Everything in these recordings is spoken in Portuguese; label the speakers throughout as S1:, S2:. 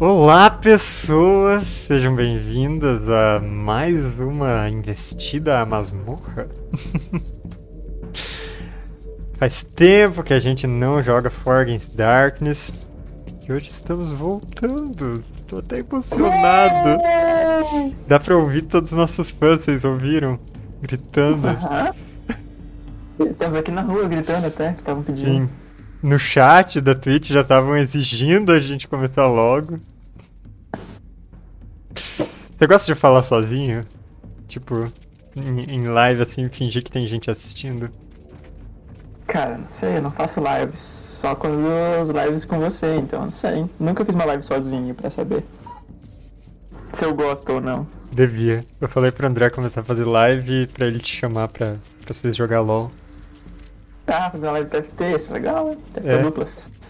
S1: Olá, pessoas! Sejam bem-vindas a mais uma investida à masmorra. Faz tempo que a gente não joga Forgotten Darkness e hoje estamos voltando. Tô até emocionado. Dá pra ouvir todos os nossos fãs, vocês ouviram? Gritando.
S2: Aham. Estamos aqui na rua gritando até, que estavam pedindo.
S1: Sim. No chat da Twitch já estavam exigindo a gente começar logo. Você gosta de falar sozinho? Tipo, em, em live assim, fingir que tem gente assistindo?
S2: Cara, não sei, eu não faço lives. Só quando as lives com você, então não sei. Nunca fiz uma live sozinho pra saber se eu gosto ou não.
S1: Devia. Eu falei pro André começar a fazer live pra ele te chamar pra, pra vocês jogar LOL.
S2: Ah, fazer uma live TFT, isso é legal, hein? TFT
S1: É.
S2: duplas.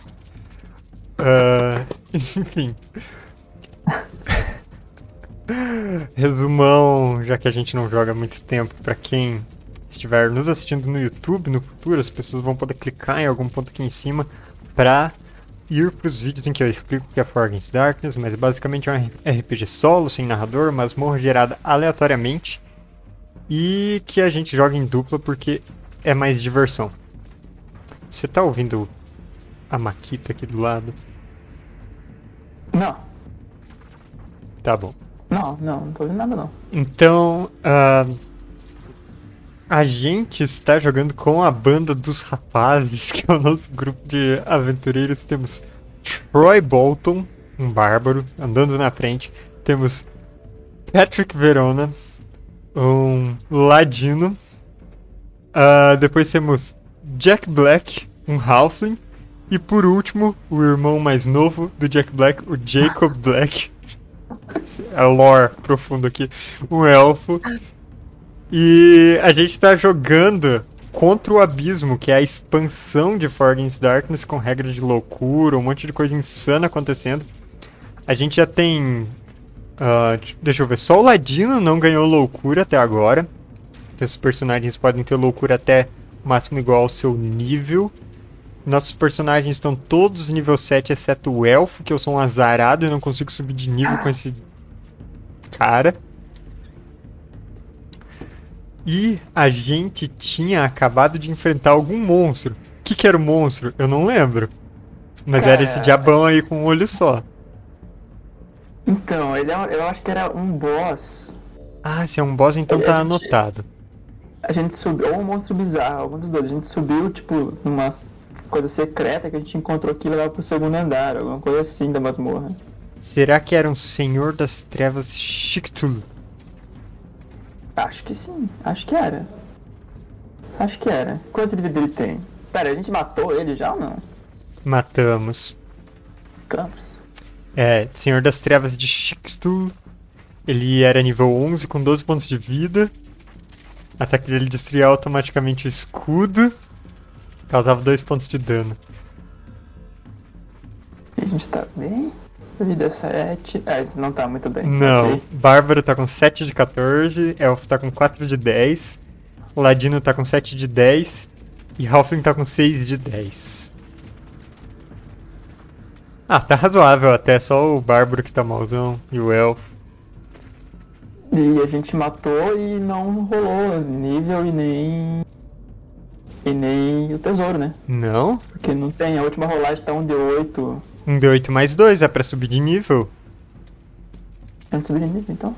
S1: Ah, enfim. Resumão, já que a gente não joga há muito tempo, pra quem estiver nos assistindo no YouTube no futuro, as pessoas vão poder clicar em algum ponto aqui em cima pra ir pros vídeos em que eu explico o que é Forgotten Darkness, mas basicamente é um RPG solo, sem narrador, masmorra gerada aleatoriamente e que a gente joga em dupla porque é mais diversão. Você tá ouvindo a Maquita aqui do lado?
S2: Não,
S1: Tá bom.
S2: não, não, não tô ouvindo nada não.
S1: Então, ah, a gente está jogando com a banda dos rapazes, que é o nosso grupo de aventureiros. Temos Troy Bolton, um bárbaro, andando na frente. Temos Patrick Verona, um ladino. Ah, depois temos Jack Black, um halfling. E por último, o irmão mais novo do Jack Black, o Jacob Black. É lore profundo aqui. Um elfo. E a gente tá jogando contra o abismo, que é a expansão de Forgotten Darkness com regra de loucura, um monte de coisa insana acontecendo. A gente já tem. ah, t- deixa eu ver, só o Ladino não ganhou loucura até agora. Porque os personagens podem ter loucura até o máximo igual ao seu nível. Nossos personagens estão todos nível 7, exceto o elfo, que eu sou um azarado e não consigo subir de nível com esse cara. E a gente tinha acabado de enfrentar algum monstro. O que, que era o monstro? Eu não lembro. Mas era esse
S2: Cara.
S1: diabão aí com um olho só.
S2: Então, ele é, um- eu acho que era um boss.
S1: Ah, se é um boss, então
S2: É,
S1: tá
S2: a gente-
S1: anotado.
S2: A gente subiu, ou um monstro bizarro, algum dos dois. A gente subiu, tipo, numa coisa secreta que a gente encontrou aqui e levava pro segundo andar, alguma coisa assim da masmorra.
S1: Será que era um Senhor das Trevas Chictul?
S2: Acho que sim, acho que era. Acho que era. Quanto de vida ele tem? Pera, a gente matou ele já ou não?
S1: Matamos.
S2: Campos.
S1: É, Senhor das Trevas de Chictul. Ele era nível 11 com 12 pontos de vida. Ataque dele destruía automaticamente o escudo. Causava 2 pontos de dano.
S2: A gente tá bem? Vida 7. É, a gente não tá muito bem.
S1: Não,
S2: Ok.
S1: Bárbaro tá com 7 de 14, Elfo tá com 4 de 10, Ladino tá com 7 de 10 e Halfling tá com 6 de 10. Ah, tá razoável até, só o Bárbaro que tá malzão e o Elfo.
S2: E a gente matou e não rolou nível e nem. E nem o tesouro, né?
S1: Não?
S2: Porque não tem. A última rolagem tá 1D8.
S1: Um D8 mais 2 é pra subir de nível.
S2: Eu não subi de nível, então.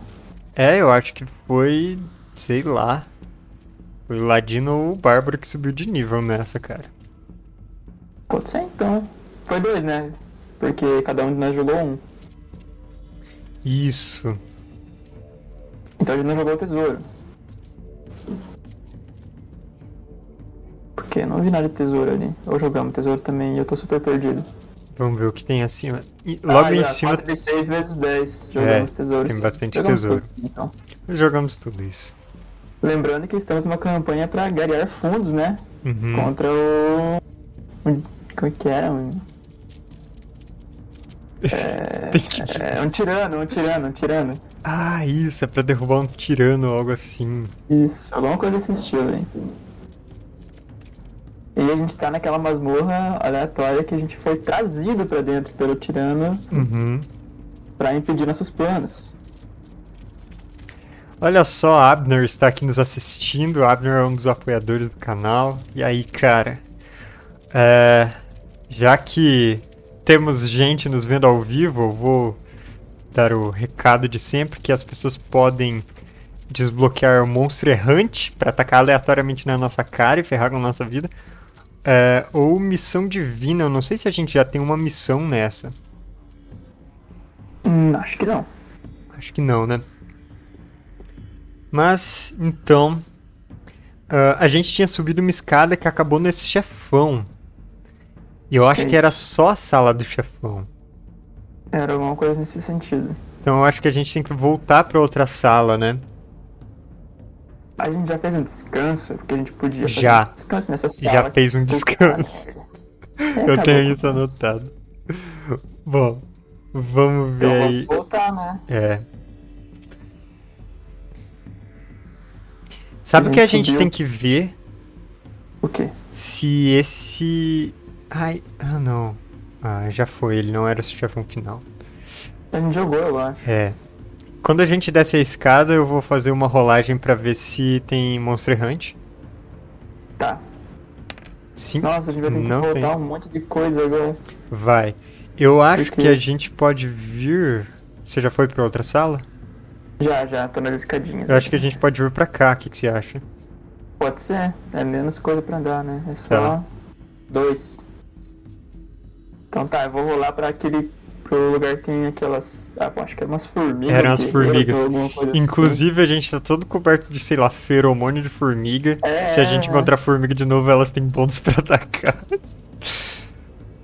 S1: É, eu acho que foi. sei lá. Foi o Ladino ou o Bárbaro que subiu de nível nessa, cara.
S2: Pode ser então. Foi dois, né? Porque cada um de nós jogou um.
S1: Isso.
S2: Então a gente não jogou o tesouro. Porque eu não vi nada de tesouro ali. Ou jogamos tesouro também e eu tô super perdido.
S1: Vamos ver o que tem acima. E logo
S2: Ah,
S1: em
S2: é,
S1: cima
S2: 46 vezes 10. Jogamos
S1: É,
S2: tesouros.
S1: tem bastante
S2: Jogamos
S1: tesouro.
S2: tudo, então.
S1: jogamos tudo isso.
S2: Lembrando que estamos numa campanha pra ganhar fundos, né?
S1: Uhum.
S2: Contra o. um- Como é que era? Um...
S1: Tem que-
S2: É, um tirano, um tirano, um tirano.
S1: Ah, isso, é pra derrubar um tirano ou algo assim.
S2: Isso, alguma coisa desse estilo, hein? E a gente tá naquela masmorra aleatória que a gente foi trazido pra dentro pelo tirano
S1: Uhum.
S2: pra impedir nossos planos.
S1: Olha só, Abner está aqui nos assistindo. Abner é um dos apoiadores do canal. E aí, cara? É, já que temos gente nos vendo ao vivo, eu vou dar o recado de sempre que as pessoas podem desbloquear o monstro errante para atacar aleatoriamente na nossa cara e ferrar com a nossa vida. É, ou missão divina. Eu não sei se a gente já tem uma missão nessa.
S2: Hum, acho que não.
S1: Acho que não, né? Mas, então. ah, a gente tinha subido uma escada que acabou nesse chefão. E eu acho
S2: Que
S1: que era
S2: isso?
S1: só a sala do chefão.
S2: Era alguma coisa nesse sentido.
S1: Então eu acho que a gente tem que voltar pra outra sala, né?
S2: A gente já fez um descanso, porque a gente podia fazer
S1: Já.
S2: um descanso nessa
S1: Já
S2: sala.
S1: fez um descanso.
S2: É,
S1: eu
S2: acabou.
S1: tenho isso anotado. Bom, vamos ver
S2: Então
S1: aí.
S2: vamos voltar, né?
S1: É. Sabe o que a gente
S2: Subiu.
S1: tem que ver?
S2: O quê?
S1: Se esse. Ai. Ah, não. Ah, já foi, ele não era o chefão final.
S2: A gente jogou, eu acho.
S1: É. Quando a gente desce a escada, eu vou fazer uma rolagem pra ver se tem Monster Hunt.
S2: Tá.
S1: Sim,
S2: Nossa, a gente vai ter que
S1: Não
S2: voltar
S1: tem.
S2: um monte de coisa agora.
S1: vai. Eu acho
S2: Ok.
S1: que a gente pode vir. Você já foi pra outra sala?
S2: Já, já, tô nas escadinhas.
S1: Eu acho que a gente pode vir pra cá, o que, que você acha?
S2: Pode ser. É menos coisa pra andar, né? É só
S1: Tá.
S2: dois. Então tá, eu vou rolar pra aquele. pro lugar que tem aquelas. Ah, eu acho que eram umas formigas.
S1: Eram as
S2: guerreiras
S1: formigas.
S2: ou alguma coisa assim.
S1: Inclusive, a gente tá todo coberto de, sei lá, feromônio de formiga.
S2: É.
S1: Se a gente encontrar formiga de novo, elas têm bônus pra atacar.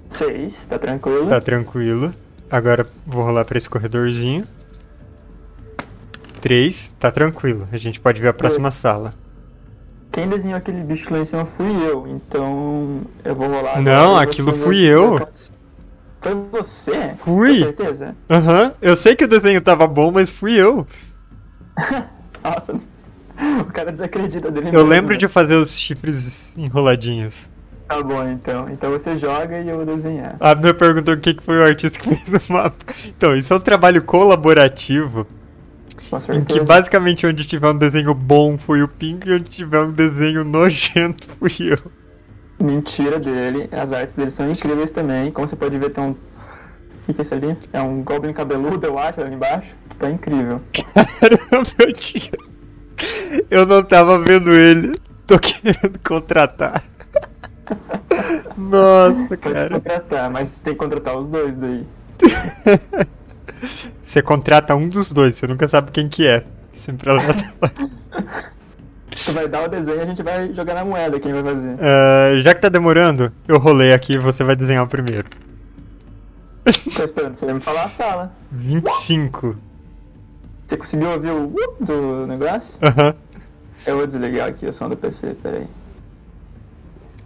S2: Seis, tá tranquilo?
S1: Tá tranquilo. Agora vou rolar pra esse corredorzinho. Três, tá tranquilo. A gente pode ver a próxima sala.
S2: Quem desenhou aquele bicho lá em cima fui eu, então eu vou rolar. agora
S1: Não,
S2: e você
S1: aquilo
S2: vê
S1: fui
S2: o que
S1: eu.
S2: acontece. Foi você?
S1: Fui.
S2: Com certeza?
S1: Aham, eu sei que o desenho tava bom, mas fui eu.
S2: Nossa, o cara desacredita dele
S1: Eu
S2: mesmo,
S1: lembro
S2: né?
S1: de fazer os chifres enroladinhos.
S2: Tá bom, então. Então você joga e eu vou desenhar.
S1: A Abner perguntou o que que foi o artista que fez o mapa. Então, isso é um trabalho colaborativo,
S2: Com
S1: em que
S2: certeza.
S1: basicamente onde tiver um desenho bom foi o Pink e onde tiver um desenho nojento fui eu.
S2: Mentira dele. As artes dele são incríveis também. Como você pode ver, tem um. O que é isso ali? É um Goblin cabeludo, eu acho, ali embaixo. Que tá incrível.
S1: Caramba, eu tinha. Eu não tava vendo ele. Tô querendo contratar. Nossa,
S2: Pode
S1: cara.
S2: contratar, mas tem que contratar os dois daí.
S1: Você contrata um dos dois, você nunca sabe quem que é. Sempre aleatório.
S2: Tu vai dar o desenho e a gente vai jogar na moeda quem vai fazer.
S1: Ah, já que tá demorando, eu rolei aqui e você vai desenhar o primeiro.
S2: Tô esperando você me falar a sala.
S1: 25.
S2: Você conseguiu ouvir o uh do negócio?
S1: Aham.
S2: Eu vou desligar aqui o som do PC, peraí.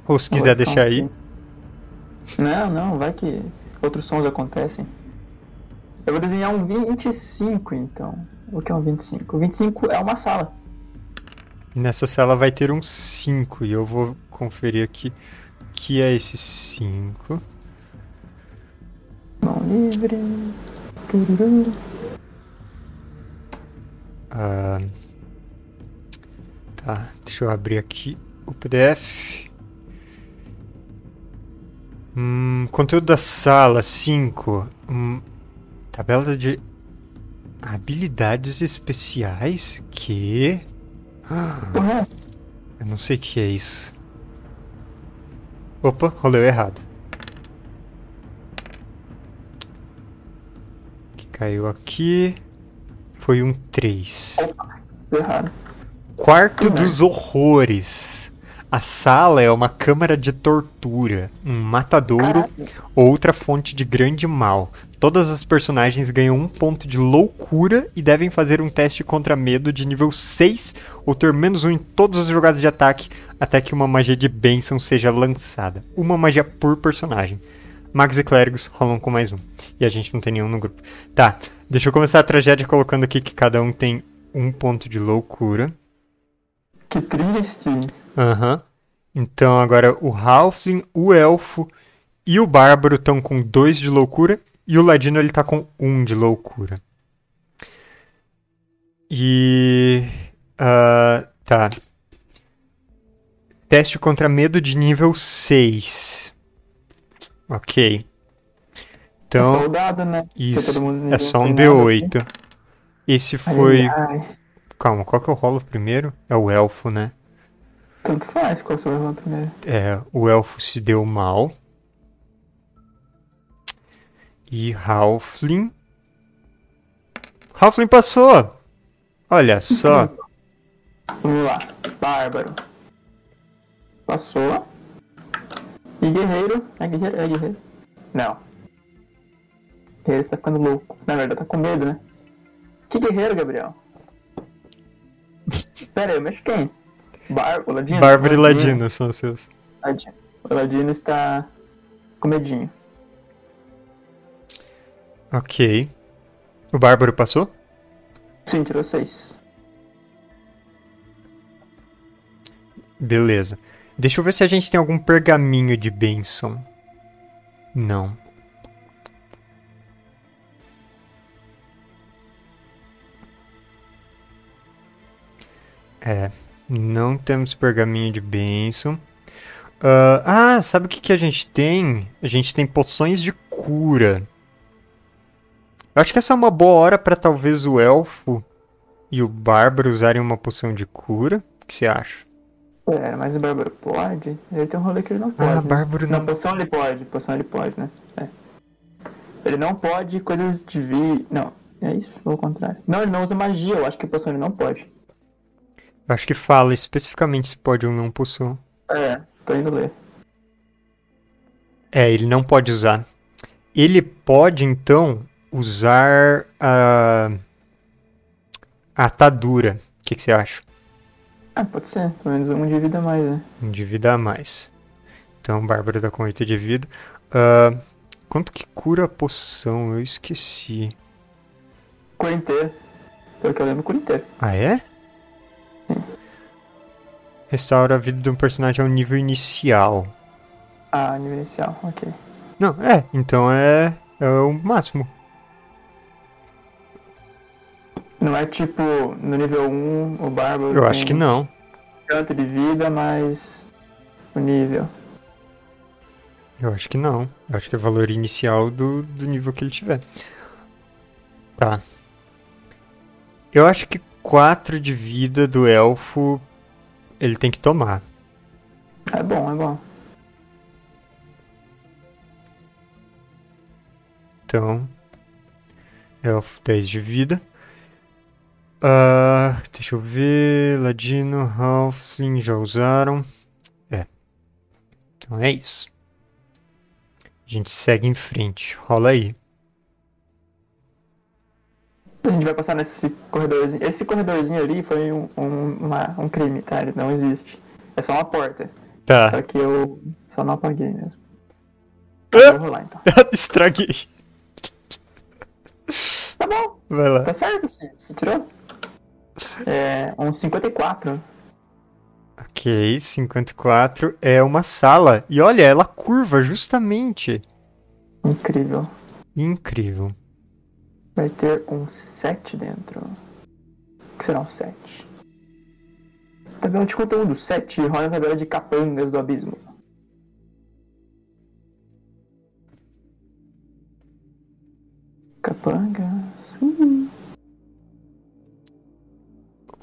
S1: Ou se
S2: Vou
S1: quiser
S2: ficar
S1: deixar
S2: um
S1: aí.
S2: pouquinho. Não, não, vai que outros sons acontecem. Eu vou desenhar um 25 então. O que é um 25? O 25 é uma sala.
S1: Nessa sala vai ter um 5 e eu vou conferir aqui que é esse 5.
S2: Mão livre. Tururu.
S1: Ah, tá, deixa eu abrir aqui o PDF. Hum, conteúdo da sala 5. Hum, tabela de habilidades especiais que
S2: Porra,
S1: eu não sei o que é isso. Opa, roleu errado. O Que caiu aqui. Foi um 3.
S2: deu errado.
S1: Quarto
S2: Hum.
S1: dos horrores. A sala é uma câmara de tortura, um matadouro,
S2: Caralho.
S1: outra fonte de grande mal. Todas as personagens ganham um ponto de loucura e devem fazer um teste contra medo de nível 6 ou ter menos um em todas as jogadas de ataque até que uma magia de bênção seja lançada. Uma magia por personagem. Magos e clérigos rolam com mais um. E a gente não tem nenhum no grupo. Tá, deixa eu começar a tragédia colocando aqui que cada um tem um ponto de loucura.
S2: Que triste.
S1: Aham. Então agora o Halfling, o Elfo e o Bárbaro estão com dois de loucura E o Ladino ele tá com 1 um de loucura. E. ah, tá. Teste contra medo de nível 6. Ok.
S2: É
S1: Então.
S2: só o dado, né? Porque
S1: Isso,
S2: todo mundo- né?
S1: é só um
S2: ninguém tem nada.
S1: D8. Esse foi.
S2: Ai,
S1: Calma, qual que eu rolo primeiro? É o elfo, né?
S2: tanto faz qual você vai rolar primeiro.
S1: É, o elfo se deu mal. E Halfling. Halfling passou! Olha só.
S2: Vamos lá. Bárbaro. Passou. E guerreiro. É guerreiro? É guerreiro? Não. Guerreiro está ficando louco. Na verdade, tá com medo, né? Que guerreiro, Gabriel? Pera aí, eu mexo quem? Bar... O Ladino?
S1: Bárbara e Ladino são os seus.
S2: Ladino. O Ladino está com medinho.
S1: Ok. O Bárbaro passou?
S2: Sim, tirou seis.
S1: Beleza. Deixa eu ver se a gente tem algum pergaminho de bênção. Não. É, não temos pergaminho de bênção. ah, ah, sabe o que, que a gente tem? A gente tem poções de cura. Eu acho que essa é uma boa hora para talvez o elfo e o bárbaro usarem uma poção de cura. O que você acha?
S2: Pera, mas o Bárbaro pode? Ele tem um rolê que ele não pode.
S1: Ah,
S2: né?
S1: Bárbaro
S2: Na
S1: não.
S2: poção ele pode, poção ele pode, né? É. Ele não pode coisas de vi. Não, é isso? Ou o contrário? Não, ele não usa magia, eu acho que poção ele não pode.
S1: Eu acho que fala especificamente se pode ou não poção.
S2: É, tô indo ler.
S1: É, ele não pode usar. Ele pode, então, usar a. a atadura. O que, que você acha?
S2: Ah, pode ser, pelo menos um de vida a mais, né?
S1: Um de vida a mais. Então, Bárbara tá com 8 de vida. Ah, quanto que cura a poção? Eu esqueci.
S2: Cura inteira. Pelo que eu lembro, cura inteira.
S1: Ah, é? Restaura a vida de um personagem ao nível inicial.
S2: Ah, nível inicial, ok.
S1: Não, é. Então é, é o máximo.
S2: Não é tipo, no nível 1, o bárbaro.
S1: Eu
S2: tem
S1: acho que não.
S2: Tanto de vida, mas. O nível.
S1: Eu acho que não. Eu acho que é valor inicial do, do nível que ele tiver. Tá. Eu acho que 4 de vida do elfo ele tem que tomar.
S2: É bom, é bom.
S1: Então, elfo 10 de vida. Ah, deixa eu ver. Ladino, Halfling já usaram. É. Então é isso. A gente segue em frente. Rola aí.
S2: A gente vai passar nesse corredorzinho. Esse corredorzinho ali foi um, um, uma- um crime, tá? Ele não existe. É só uma porta. Só
S1: Tá.
S2: que eu só não apaguei mesmo. Vou rolar então.
S1: Estraguei.
S2: Tá bom,
S1: Vai lá.
S2: tá certo sim. Você tirou? É. Um 54.
S1: Ok, 54 é uma sala. E olha, ela curva justamente.
S2: Incrível.
S1: Incrível.
S2: Vai ter um 7 dentro. O que será um Tá 7? Tabela de conteúdo 7. Rola a tabela de capangas do abismo. Capangas. Uhum.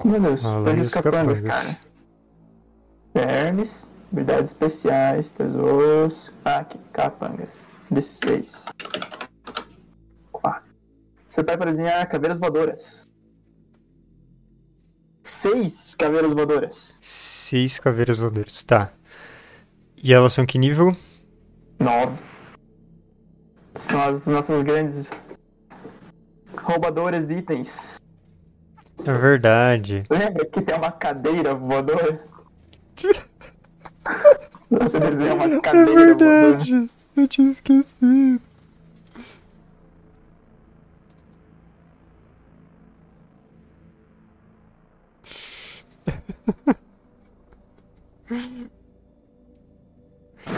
S2: Meu Deus,
S1: Além
S2: tabela
S1: dos
S2: de capangas,
S1: capangas.
S2: cara. Vermes, habilidades especiais, tesouros. Ah, aqui, capangas. D6. 4. Você vai para desenhar ah, caveiras voadoras. Seis caveiras voadoras.
S1: Seis caveiras voadoras, tá. E elas são que nível?
S2: Nove. São as nossas grandes roubadoras de itens.
S1: É verdade.
S2: Lembra que tem uma cadeira voadora? Você desenha
S1: É
S2: uma cadeira voadora.
S1: Eu tinha esquecido.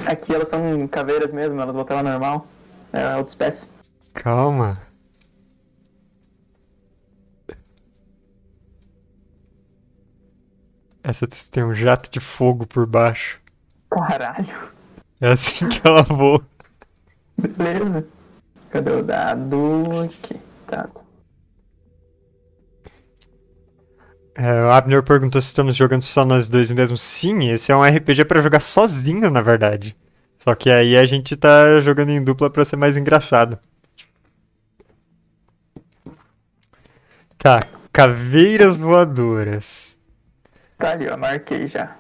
S2: Aqui elas são caveiras mesmo, elas voltam lá normal. É outra espécie.
S1: Calma. Essa tem um jato de fogo por baixo.
S2: Caralho.
S1: É assim que ela voa.
S2: Beleza. Cadê o dado? Aqui. Tá.
S1: É, o Abner perguntou se estamos jogando só nós dois mesmo. Sim, esse é um RPG pra jogar sozinho, na verdade. Só que aí a gente tá jogando em dupla pra ser mais engraçado. Tá, caveiras voadoras.
S2: Tá ali, ó. Marquei já.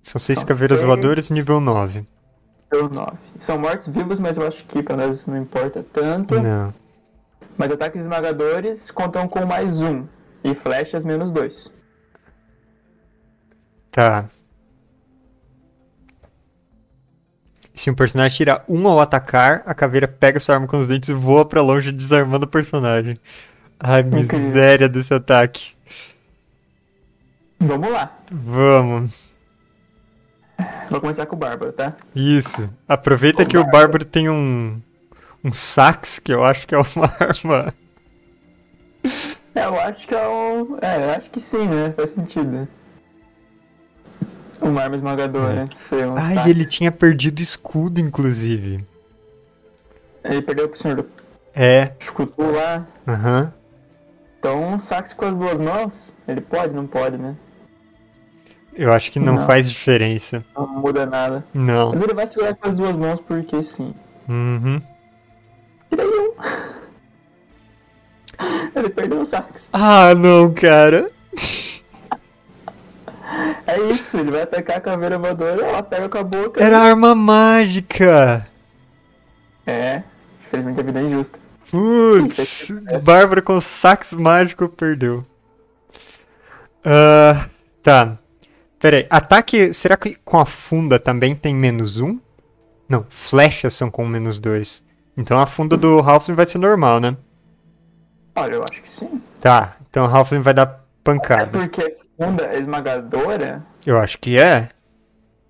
S1: São seis
S2: São
S1: caveiras
S2: seis.
S1: voadoras, nível 9.
S2: Deu 9. São mortos-vivos, mas eu acho que pra nós isso não importa tanto.
S1: Não.
S2: Mas ataques esmagadores contam com mais um. E flechas menos dois.
S1: Tá. Se um personagem tira um ao atacar, a caveira pega sua arma com os dentes e voa pra longe, desarmando o personagem. Ai,
S2: Incrível.
S1: miséria desse ataque.
S2: Vamos lá.
S1: Vamos.
S2: Vou começar com o Bárbaro, tá?
S1: Isso. Aproveita
S2: Ô,
S1: que o
S2: Bárbaro.
S1: Bárbaro tem um. Um sax, que eu acho que é uma arma.
S2: É, eu acho que é o. É, eu acho que sim, né? Faz sentido. né? Uma arma esmagadora. Ser um
S1: É. Ai,
S2: ataque.
S1: ele tinha perdido escudo, inclusive.
S2: Ele perdeu pro senhor do
S1: É.
S2: escudo lá.
S1: Aham.
S2: Então, sax com as duas mãos? Ele pode? Não pode, né?
S1: Eu acho que não,
S2: Não.
S1: faz diferença.
S2: Não muda nada.
S1: Não.
S2: Mas ele vai segurar com as duas mãos porque sim.
S1: Uhum.
S2: Tirei um. Ele perdeu o sax.
S1: Ah, não, cara.
S2: É isso, ele vai atacar a caveira voadora, ela pega com a boca.
S1: Era arma mágica.
S2: É, infelizmente a vida é injusta.
S1: Putz, Bárbara com sax mágico perdeu. Ah, tá. Pera aí, ataque. Será que com a funda também tem menos um? Não, flechas são com menos dois. Então a funda do Halfling vai ser normal, né?
S2: Olha, eu acho que sim.
S1: Tá, então o Halfling vai dar
S2: É
S1: pancada.
S2: porque a funda é esmagadora,
S1: Eu acho que é.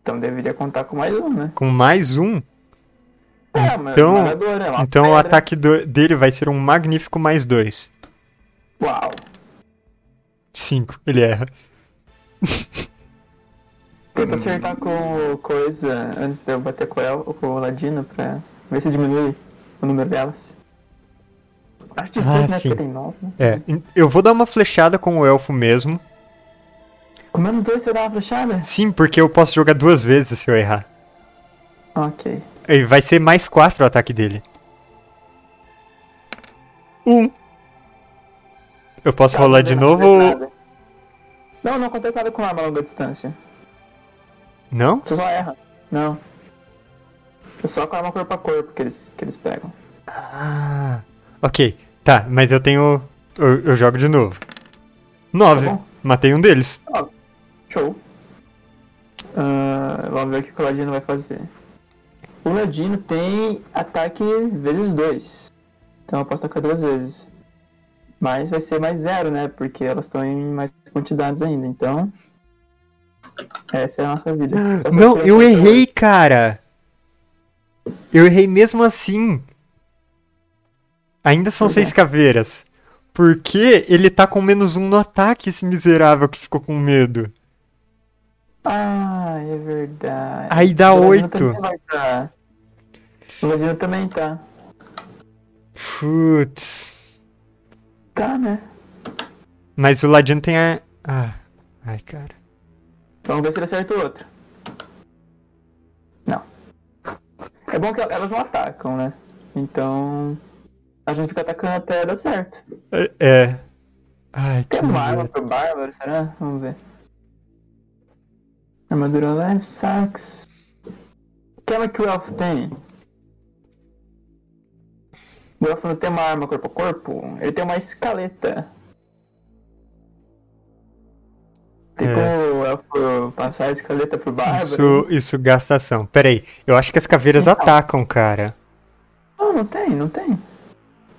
S2: então deveria contar com mais um, né?
S1: Com mais um.
S2: É, mas
S1: Então-
S2: esmagadora, é uma
S1: Então o
S2: pedra.
S1: ataque do- dele vai ser um magnífico mais dois.
S2: Uau.
S1: Cinco, ele erra.
S2: Tenta acertar com o coisa antes de eu bater com ela, com o Ladino, pra ver se diminui o número delas. Acho difícil,
S1: Ah,
S2: né?
S1: sim.
S2: Porque tem nove, né?
S1: É, eu vou dar uma flechada com o elfo mesmo.
S2: Com menos dois você dá uma flechada?
S1: Sim, porque eu posso jogar duas vezes se eu errar.
S2: Ok.
S1: E vai ser mais quatro o ataque dele. Um. Eu posso rolar de
S2: Não
S1: novo?
S2: acontece
S1: ou-
S2: nada. Não, não acontece nada com arma a longa distância.
S1: Não?
S2: Você só erra. Não. É só com arma corpo a corpo que eles, que eles pegam.
S1: Ah. Ok. Tá, mas eu tenho. Eu, eu jogo de novo.
S2: Tá
S1: Nove.
S2: bom?
S1: Matei um deles.
S2: Show. Ah, vamos ver o que que o Ladino vai fazer. O Ladino tem ataque vezes 2. Então eu posso atacar duas vezes. Mas vai ser mais zero, né? Porque elas estão em mais quantidades ainda. Então. Essa é a nossa vida. Só pra
S1: Não,
S2: ter
S1: eu
S2: essa-
S1: errei, cara. Eu errei mesmo assim. Ainda são
S2: Pois
S1: seis caveiras. Porque ele tá com menos um no ataque, esse miserável que ficou com medo.
S2: Ah, é verdade.
S1: Aí dá
S2: O Ladino
S1: oito.
S2: também vai tá. O Ladino também tá.
S1: Putz.
S2: Tá, né?
S1: Mas o Ladino tem a. Ah. Ai, cara.
S2: Vamos ver se ele acerta o outro. Não. É bom que elas não atacam, né? Então. A gente fica atacando até dar certo.
S1: É. é. Ai, que.
S2: Tem uma arma
S1: medo.
S2: pro Bárbaro, será? Vamos ver. Armadura leve, sax. Que arma que o Elfo tem? O Elfo não tem uma arma corpo a corpo? Ele tem uma escaleta. Tem
S1: É.
S2: como o Elfo passar a escaleta pro Bárbaro?
S1: Isso, isso gasta ação. Pera aí. Eu acho que as caveiras
S2: Então.
S1: atacam, cara.
S2: Não, não tem, não tem. Não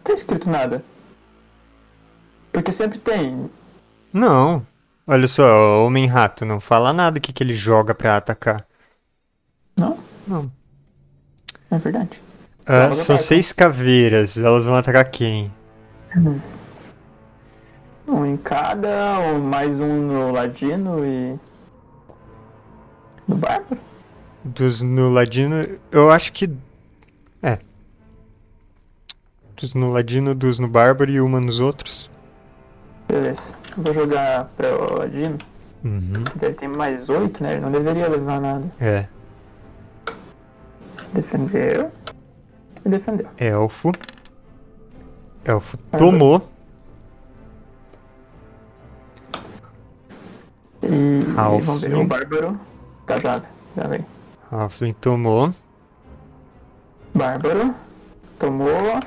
S2: tem escrito nada. Porque sempre tem.
S1: Não. Olha só, o Homem-Rato não fala nada o que, que ele joga pra atacar.
S2: Não?
S1: Não.
S2: É verdade.
S1: Ah,
S2: Elas
S1: são
S2: atacam.
S1: seis caveiras, elas vão atacar quem?
S2: Um em cada, um, mais um no ladino e. No bárbaro?
S1: Dos no ladino, eu acho que. É. Dos no ladino, dos no bárbaro e uma nos outros.
S2: Beleza. Eu vou jogar pra o ladino.
S1: Uhum.
S2: Ele tem mais oito, né? Ele não deveria levar nada.
S1: É.
S2: Defendeu. E defendeu.
S1: Elfo. Elfo
S2: Ah,
S1: tomou.
S2: E. e
S1: Ralph,
S2: vamos ver.
S1: né?
S2: O bárbaro. Tá, já. Já vem.
S1: Halfling tomou.
S2: Bárbaro. Tomou.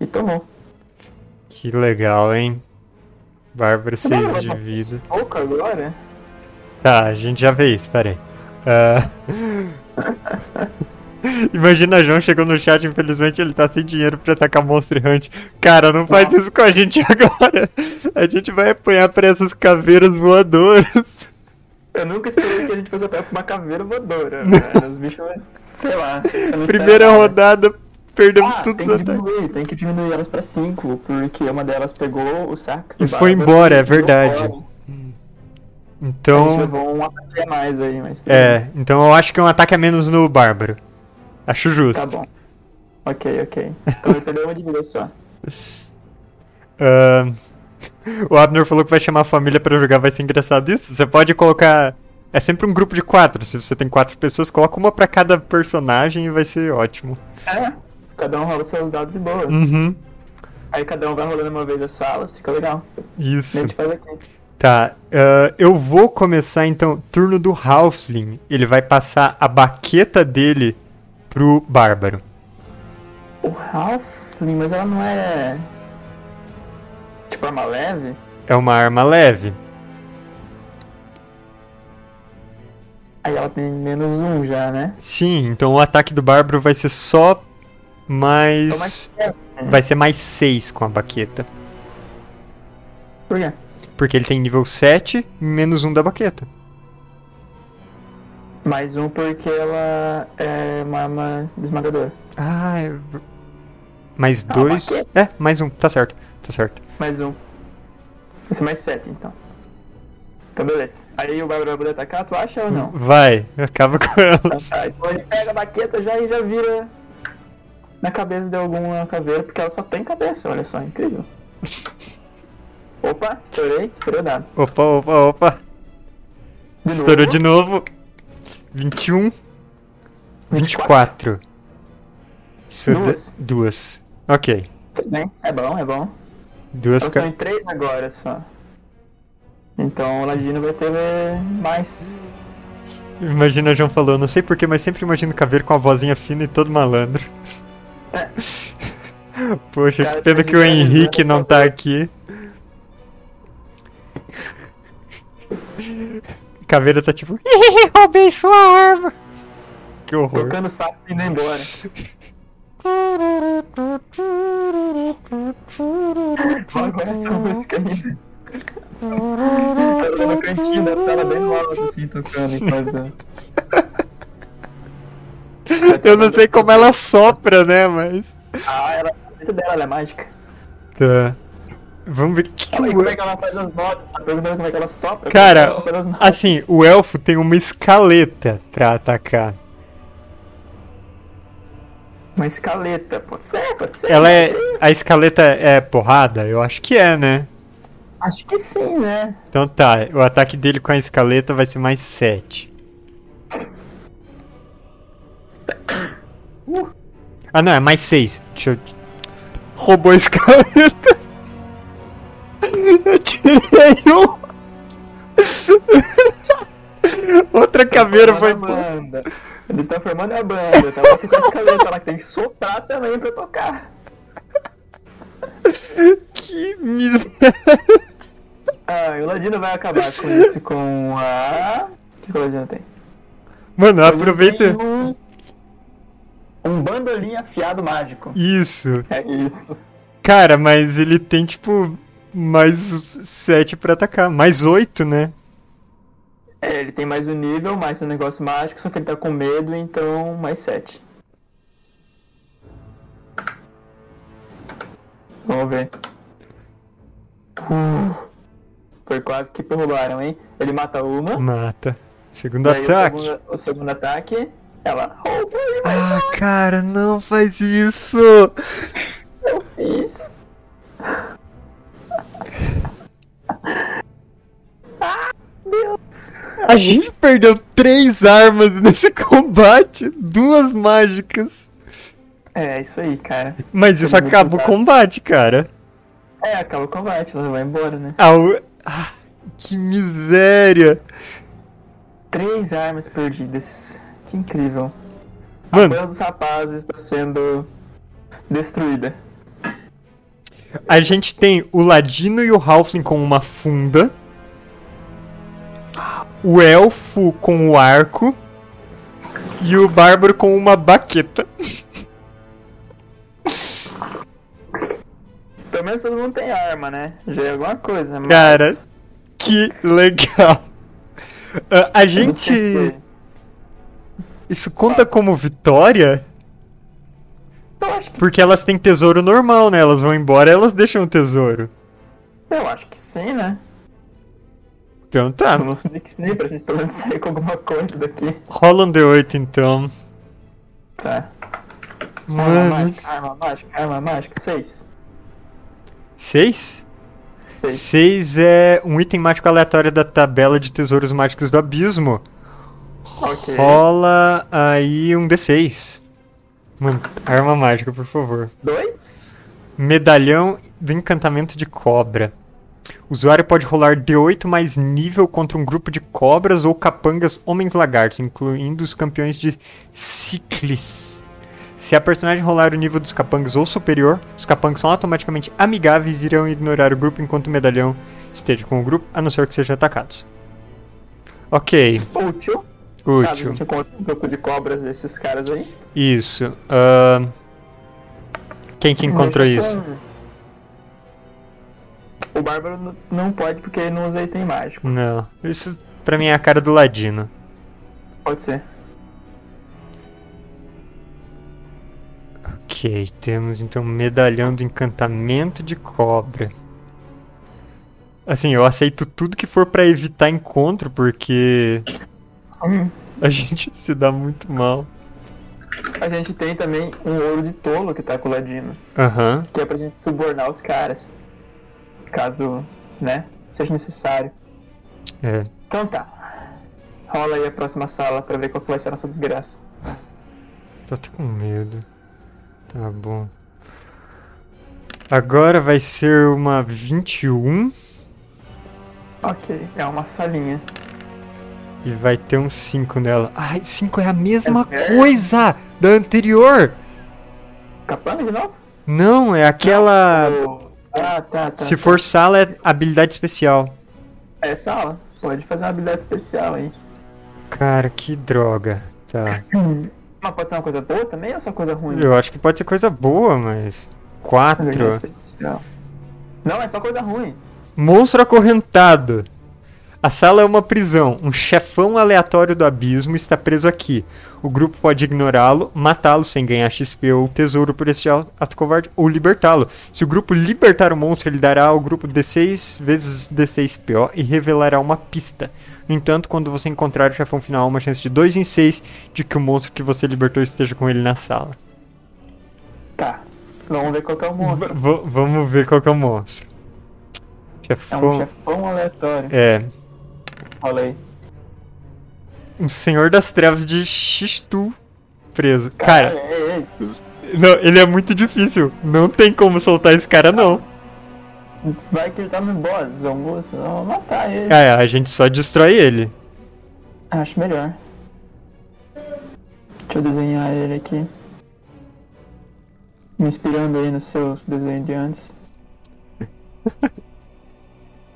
S2: E tomou.
S1: Que legal, hein? Bárbaro 6 de
S2: Bárbaro,
S1: vida.
S2: Pouco agora?
S1: Tá, a gente já vê isso, peraí. Ah. Imagina João chegou no chat, infelizmente ele tá sem dinheiro pra atacar Monster Hunt. Cara, não faz isso com a gente agora. A gente vai apanhar pra essas caveiras voadoras.
S2: Eu nunca esperei que a gente fosse até uma caveira voadora, velho. Os bichos, sei lá. você não
S1: Primeira
S2: espera nada.
S1: rodada, perdemos
S2: Ah, tem
S1: todos os
S2: que
S1: ataques.
S2: diminuir, tem que diminuir elas pra 5, porque uma delas pegou o sax do
S1: E foi
S2: Bárbaro
S1: embora, é
S2: e foi
S1: verdade.
S2: embora. A gente
S1: Então,
S2: levou um ataque a mais aí, mas... tudo bem.
S1: é, então eu acho que é um ataque a menos no Bárbaro. Acho
S2: Tá
S1: justo.
S2: bom. Ok, ok. Então ele perdeu uma de vida só.
S1: Ahn, o Abner falou que vai chamar a família pra jogar, vai ser engraçado isso. Você pode colocar. É sempre um grupo de quatro. Se você tem quatro pessoas, coloca uma pra cada personagem e vai ser ótimo.
S2: É, cada um rola seus dados e boa.
S1: Uhum.
S2: Aí cada um vai rolando uma vez as salas, fica legal. A
S1: Isso.
S2: gente faz aqui.
S1: Tá. ahn, eu vou começar então turno do Halfling. Ele vai passar a baqueta dele pro Bárbaro.
S2: O Halfling, mas ela não é... Tipo, arma leve?
S1: É uma arma leve.
S2: Aí ela tem menos um já, né?
S1: Sim, então o ataque do Bárbaro vai ser só
S2: Então,
S1: mais.
S2: mas... é,
S1: Vai ser mais seis com a baqueta.
S2: Por quê?
S1: Porque ele tem nível 7, menos 1 da baqueta.
S2: Mais um porque ela é uma arma esmagadora.
S1: Ah, é... Mais
S2: Ah,
S1: 2.
S2: baqueta.
S1: É, mais um. Tá certo, tá certo.
S2: Mais um. Vai ser mais sete, então. Então, beleza. Aí o Bárbaro vai poder atacar, tu acha ou não?
S1: Vai, acaba com ela.
S2: Tá, então ele pega a baqueta já e já vira na cabeça de alguma caveira, porque ela só tem cabeça, olha só, incrível. Opa, estourei, estourei o dado.
S1: Opa, opa, opa.
S2: De
S1: Estourou
S2: novo,
S1: de novo. 21, 24. Isso dá-
S2: Duas.
S1: duas. Ok.
S2: Tudo bem, é bom, é bom.
S1: Duas.
S2: Elas
S1: ca-
S2: estão em três agora só. Então o Ladino vai ter mais.
S1: Imagina o João falando, não sei porquê, mas sempre imagino caveiro com a vozinha fina e todo malandro.
S2: É.
S1: Poxa,
S2: Cara, tá né?
S1: que pena que o
S2: imagina,
S1: Henrique não tá aqui. Caveira tá tipo, "Ih, roubei sua arma. Que horror.
S2: Tocando saco e indo embora. Agora essa música ainda. Tava no cantinho da sala bem alto, assim, tocando enquanto.
S1: Eu não sei como ela sopra, né, mas...
S2: Ah, ela. O jeito dela, ela é mágica.
S1: Tá. Vamos ver o que, que
S2: Ela,
S1: o
S2: como é
S1: El-
S2: que ela faz as notas? Tá perguntando como é que ela sopra?
S1: Cara,
S2: como é que ela faz as notas?
S1: assim, o elfo tem uma escaleta pra atacar.
S2: Uma escaleta. Pode ser, pode ser.
S1: Ela é. A escaleta é porrada? Eu acho que é, né?
S2: Acho que sim, né?
S1: Então tá, o ataque dele com a escaleta vai ser mais 7.
S2: Uh.
S1: Ah não, é mais 6. Deixa eu. Roubou a escaleta. Eu tirei um. Outra caveira foi.
S2: Formando a banda. Eles estão formando a banda. Tá lá com a escaleta lá que tem que soprar também pra tocar.
S1: Que miséria.
S2: Ah, e o Ladino vai acabar com isso com a. O que que o Ladino tem?
S1: Mano,
S2: Ele tem
S1: aproveita.
S2: Um, um bandolim afiado mágico.
S1: Isso.
S2: É isso.
S1: Cara, mas ele tem, tipo, mais 7 pra atacar. Mais 8, né?
S2: É, ele tem mais um nível, mais um negócio mágico, só que ele tá com medo, então mais 7. Vamos ver. Uh, foi quase que derrubaram, hein? Ele mata uma.
S1: Mata. Segundo
S2: daí o
S1: Um ataque.
S2: segundo- O, segundo, ataque, ela rouba e vai
S1: Ah, cara, não faz isso!
S2: Isso.
S1: A gente perdeu três armas nesse combate, duas mágicas.
S2: É, isso aí, cara.
S1: Mas isso
S2: Foi muito
S1: acaba o
S2: pesado.
S1: combate, cara.
S2: É, acaba o combate, ela vai embora, né?
S1: Ah, o- ah, que miséria.
S2: Três armas perdidas. Que incrível. A
S1: Mano,
S2: banda dos rapazes está sendo destruída.
S1: a gente tem o Ladino e o Halfling com uma funda. O Elfo com o arco. E o Bárbaro com uma baqueta.
S2: Pelo menos todo mundo tem arma, né? Já é alguma coisa, mas...
S1: Cara, Que legal. Ah, a
S2: eu não
S1: gente...
S2: sei se-
S1: Isso conta como vitória?
S2: Eu acho, que,
S1: Porque elas têm tesouro normal, né? Elas vão embora elas deixam o tesouro.
S2: eu acho que sim, né?
S1: Então tá.
S2: Vamos subir que sim, pra gente pelo menos sair com alguma coisa daqui.
S1: Rola um D8 então.
S2: Tá. Arma
S1: Mano.
S2: mágica, arma mágica, arma mágica. Seis.
S1: 6?
S2: Seis.
S1: 6 é um item mágico aleatório da tabela de tesouros mágicos do abismo.
S2: Ok.
S1: Rola aí um D6. Mano, arma mágica, por favor.
S2: Dois.
S1: Medalhão do encantamento de cobra. O usuário pode rolar D8 mais nível contra um grupo de cobras ou capangas homens lagartos, incluindo os campeões de ciclis. Se a personagem rolar o nível dos capangas ou superior, os capangas são automaticamente amigáveis e irão ignorar o grupo enquanto o medalhão esteja com o grupo, a não ser que sejam atacados. Ok,
S2: Útil. Caso a
S1: útil.
S2: gente encontre um grupo de cobras desses caras aí.
S1: Isso. ahn, Quem que encontrou
S2: Mas,
S1: isso?
S2: então, O Bárbaro n- não pode porque ele não usa item mágico.
S1: Não. Isso pra mim é a cara do Ladino.
S2: Pode ser.
S1: Ok, temos então medalhão do encantamento de cobra. Assim, eu aceito tudo que for pra evitar encontro, porque
S2: Hum.
S1: a gente se dá muito mal.
S2: A gente tem também um ouro de tolo que tá com o Ladino.
S1: Aham.
S2: Que é pra gente subornar os caras. Caso, né, seja necessário.
S1: É.
S2: Então tá. Rola aí a próxima sala pra ver qual que vai ser a nossa desgraça.
S1: Você tá até com medo. Tá bom. Agora vai ser uma 21
S2: Ok, é uma salinha.
S1: e vai ter um 5 nela. Ai, 5 é a mesma
S2: É.
S1: coisa da anterior!
S2: Capanga Tá de novo?
S1: Não, é aquela.
S2: Ou- Ah, tá, tá.
S1: Se for sala, é habilidade especial.
S2: É sala. Pode fazer uma habilidade especial aí.
S1: Cara, que droga. Tá.
S2: Mas pode ser uma coisa boa também ou só coisa ruim?
S1: Eu acho que pode ser coisa boa, mas.
S2: Habilidade
S1: 4.
S2: especial. Não, é só coisa ruim.
S1: Monstro acorrentado. A sala é uma prisão. Um chefão aleatório do abismo está preso aqui. O grupo pode ignorá-lo, matá-lo sem ganhar XP ou tesouro por esse ato covarde, ou libertá-lo. Se o grupo libertar o monstro, ele dará ao grupo D6 vezes D6 PO e revelará uma pista. No entanto, quando você encontrar o chefão final, há uma chance de 2 em 6 de que o monstro que você libertou esteja com ele na sala.
S2: Tá. Vamos ver qual que é o monstro.
S1: V- v- vamos ver qual que é o monstro.
S2: É um
S1: Chefão.
S2: chefão aleatório.
S1: É,
S2: Olha aí.
S1: um senhor das trevas de Xistu preso. Cara,
S2: é esse.
S1: não, ele é muito difícil. Não tem como soltar esse cara, não.
S2: Vai que ele tá no boss, vamos, vamos matar ele. Ah,
S1: É, a gente só destrói ele.
S2: Acho melhor. Deixa eu desenhar ele aqui. Me inspirando aí nos seus desenhos de antes.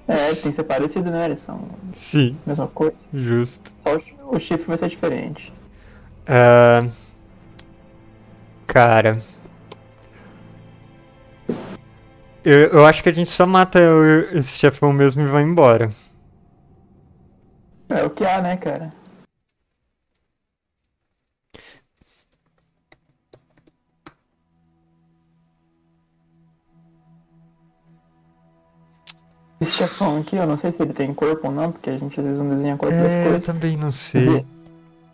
S2: É, ele tem que ser parecido, né? Eles são a
S1: Sim,
S2: mesma coisa.
S1: justo.
S2: Só o chi- o chifre vai ser diferente.
S1: Ah, cara. Eu, eu acho que a gente só mata o- esse chefão mesmo e vai embora.
S2: É o que há, né, cara? Esse chefão aqui, eu não sei se ele tem corpo ou não, porque a gente às vezes não desenha corpo das
S1: É, eu
S2: coisas.
S1: também não
S2: Quer
S1: sei.
S2: dizer,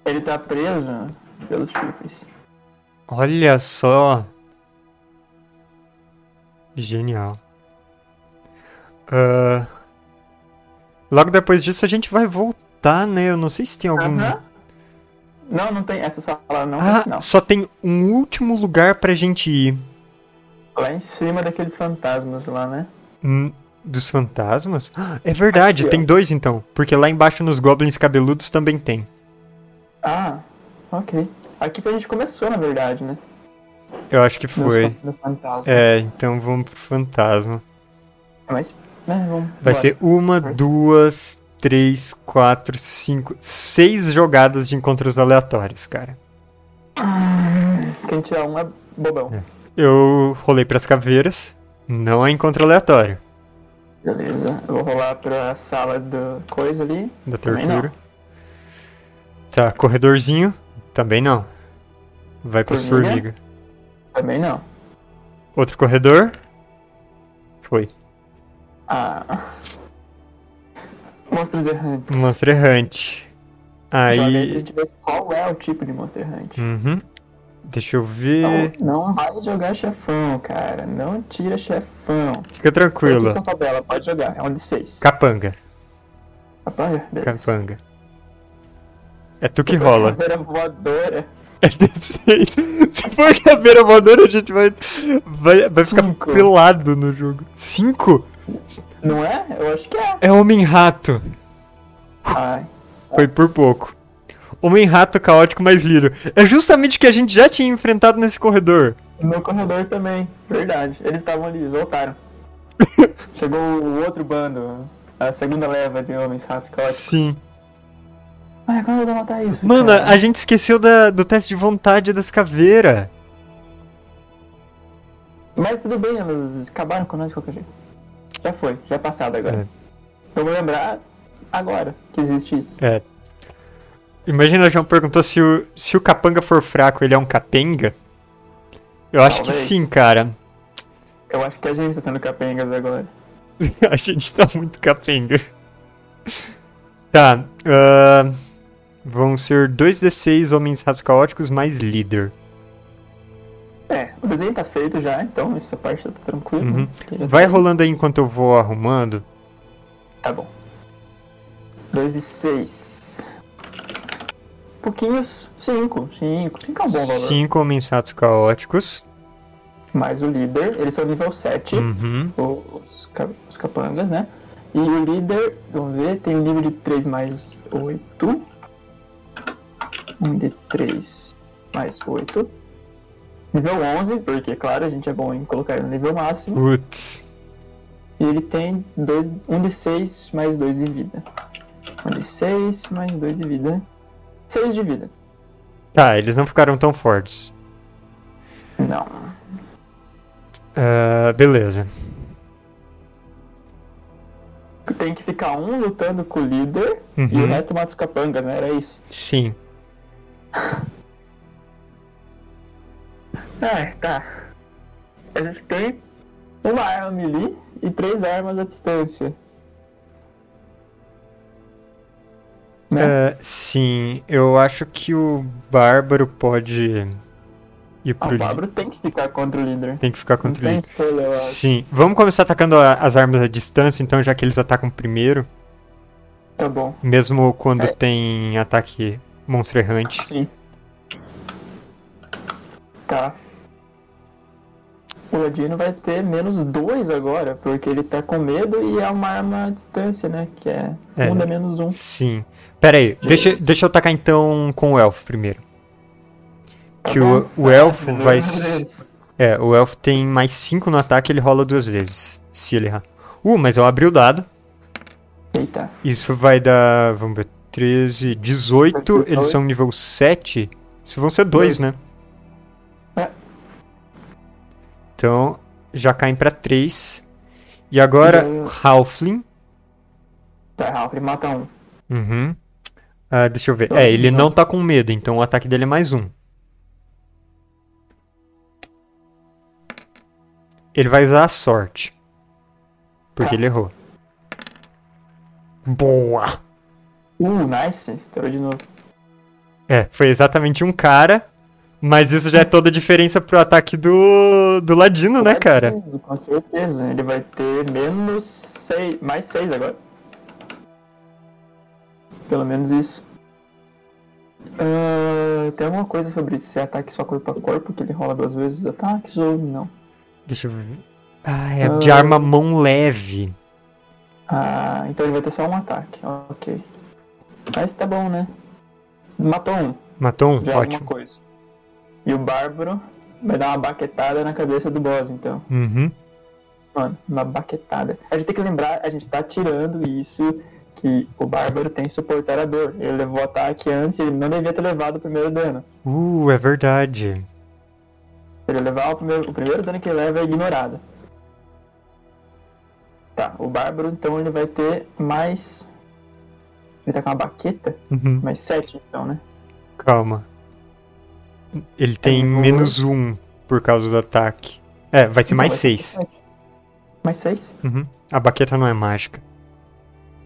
S2: ele tá preso pelos chifres.
S1: Olha só. Genial. Ah, Logo depois disso a gente vai voltar, né? Eu não sei se tem algum.
S2: Aham. Não, não tem. Essa sala não tem
S1: Ah,
S2: final.
S1: só tem um último lugar pra gente ir.
S2: Lá em cima daqueles fantasmas lá, né?
S1: Hum, Dos fantasmas? Ah, É verdade,
S2: Aqui, ó.
S1: tem dois então. Porque lá embaixo nos goblins cabeludos também tem.
S2: Ah, ok. Aqui que a gente começou, na verdade, né?
S1: Eu acho que
S2: No
S1: foi.
S2: som Do fantasma.
S1: É, então vamos pro fantasma.
S2: Mas, né, vamos.
S1: Vai
S2: bora.
S1: ser uma, duas, três, quatro, cinco, seis jogadas de encontros aleatórios, cara.
S2: Quem tirar um é bobão.
S1: Eu rolei pras caveiras, não é encontro aleatório
S2: Beleza. Eu vou rolar pra sala da coisa ali.
S1: é da
S2: Também não.
S1: tortura. Tá, corredorzinho, também não. Vai pras
S2: Formiga?
S1: formigas.
S2: Também não.
S1: Outro corredor. Foi.
S2: Ah. Monstros errantes.
S1: Monstro errante.
S2: Joga aí pra
S1: Um Aí.
S2: gente ver qual é o tipo de Tá Monster Hunt.
S1: Uhum. Deixa eu ver.
S2: Não, não vai jogar chefão, cara. Não tira chefão.
S1: Fica
S2: Aqui
S1: tranquilo.
S2: com a tabela, pode jogar. É um de 6.
S1: Capanga.
S2: Capanga? Beleza.
S1: Capanga. É tu que rola.
S2: Caveira voadora.
S1: É D6. Se for caveira voadora, a gente vai. Vai, vai ficar
S2: Cinco.
S1: pelado no jogo. 5?
S2: Não é? Eu acho que é.
S1: É Homem-Rato.
S2: Ai.
S1: Foi por pouco. Homem-Rato caótico mais líder. É justamente o que a gente já tinha enfrentado nesse corredor.
S2: No corredor também, verdade. Eles estavam ali, eles voltaram. Chegou o outro bando, a segunda leva de homens ratos caóticos.
S1: Sim.
S2: Ai, como nós vamos matar isso?
S1: Mano,
S2: cara?
S1: a gente esqueceu da- do teste de vontade das caveiras.
S2: Mas tudo bem, elas acabaram com nós de qualquer jeito. Já foi, já é passado agora.
S1: É.
S2: Então vou lembrar agora que existe isso.
S1: É. Imagina, o João perguntou se o, se o capanga for fraco, ele é um capenga? Eu acho que
S2: Talvez.
S1: sim, cara.
S2: Eu acho que a gente tá sendo capengas agora.
S1: A gente tá muito capenga. Tá. ahn, vão ser 2d6 homens ratos caóticos mais líder.
S2: É, o desenho tá feito já, então essa parte tá tranquila.
S1: Uhum.
S2: né? Já tá-
S1: Vai rolando aí enquanto eu vou arrumando.
S2: Tá bom. 2 de 6. Pouquinhos. 5. 5. 5 é um bom valor.
S1: 5 homens ratos caóticos.
S2: Mais o líder. Eles são nível 7.
S1: Uhum.
S2: Os, ca- os capangas, né? E o líder, vamos ver, tem um nível de 3 mais 8. Um de 3 mais 8. Nível 11, porque, claro, a gente é bom em colocar ele no nível máximo.
S1: Putz.
S2: E ele tem 1 de 6 mais 2 de vida. 1 de 6 mais 2 de vida. 6 de vida.
S1: Tá, eles não ficaram tão fortes.
S2: Não.
S1: Ah, beleza.
S2: Tem que ficar um lutando com o líder e o
S1: Uhum.
S2: resto mata os capangas, né? Era isso.
S1: Sim.
S2: É, tá. A gente tem uma arma melee e três armas à distância. Né?
S1: Ah, sim, eu acho que o Bárbaro pode ir
S2: Ah,
S1: pro.
S2: o
S1: li-
S2: Pablo tem que ficar contra o líder.
S1: Tem que ficar
S2: Não
S1: contra o
S2: tem
S1: líder.
S2: escolha, eu acho.
S1: Sim, vamos começar atacando a- as armas à distância, então, já que eles atacam primeiro,
S2: Tá bom.
S1: mesmo quando
S2: É. Uhum.
S1: tem ataque monstro errante.
S2: Sim. Tá. O Ladino vai ter menos dois agora, porque ele tá com medo e é uma arma à distância, né? Que é
S1: É.
S2: segunda menos um.
S1: Sim. Pera aí, deixa, deixa eu atacar então com o elfo primeiro.
S2: Tá
S1: Que
S2: bom?
S1: o, o elfo
S2: Menos
S1: vai.
S2: um
S1: s-
S2: deles.
S1: É, o elfo tem mais 5 no ataque, ele rola duas vezes, se ele errar. Uh, mas eu abri o dado.
S2: Eita.
S1: Isso vai dar. Vamos ver. 13, 18. Eles são nível 7. Isso vão ser 2, né?
S2: É.
S1: Então, já caem pra 3. E agora,
S2: Ganha.
S1: Halfling.
S2: Tá, Ralph, ele mata um.
S1: Uhum. Ah, deixa eu ver. É, ele não tá com medo, então o ataque dele é mais um. Ele vai usar a sorte. Porque
S2: Tá.
S1: ele errou. Boa!
S2: Uh, nice. Estourou de novo.
S1: É, foi exatamente um cara, mas isso já é toda a diferença pro ataque do, do Ladino, né, cara?
S2: Com certeza. Ele vai ter menos 6. Mais 6 agora. Pelo menos isso. Ah, tem alguma coisa sobre se é ataque só corpo a corpo, que ele rola duas vezes os ataques ou não?
S1: Deixa eu ver. Ah, é de arma mão leve.
S2: Ah, então ele vai ter só um ataque. Ok. Mas tá bom, né? Matou um.
S1: Matou um?
S2: Já é
S1: Ótimo.
S2: alguma coisa. E o Bárbaro vai dar uma baquetada na cabeça do boss, então.
S1: Uhum.
S2: Mano, uma baquetada. A gente tem que lembrar, a gente tá tirando isso que o Bárbaro tem que suportar a dor. Ele levou ataque antes e ele não devia ter levado o primeiro dano.
S1: Uh, é verdade.
S2: Se ele levar o primeiro, o primeiro dano que ele leva é ignorado. Tá, o Bárbaro então ele vai ter mais. Ele tá com uma baqueta?
S1: Uhum.
S2: Mais 7 então, né?
S1: Calma. Ele tem
S2: Então,
S1: menos um por causa do ataque. É, vai ser mais
S2: Então, vai ter
S1: seis.
S2: sete. Mais 6?
S1: Uhum. A baqueta não é mágica.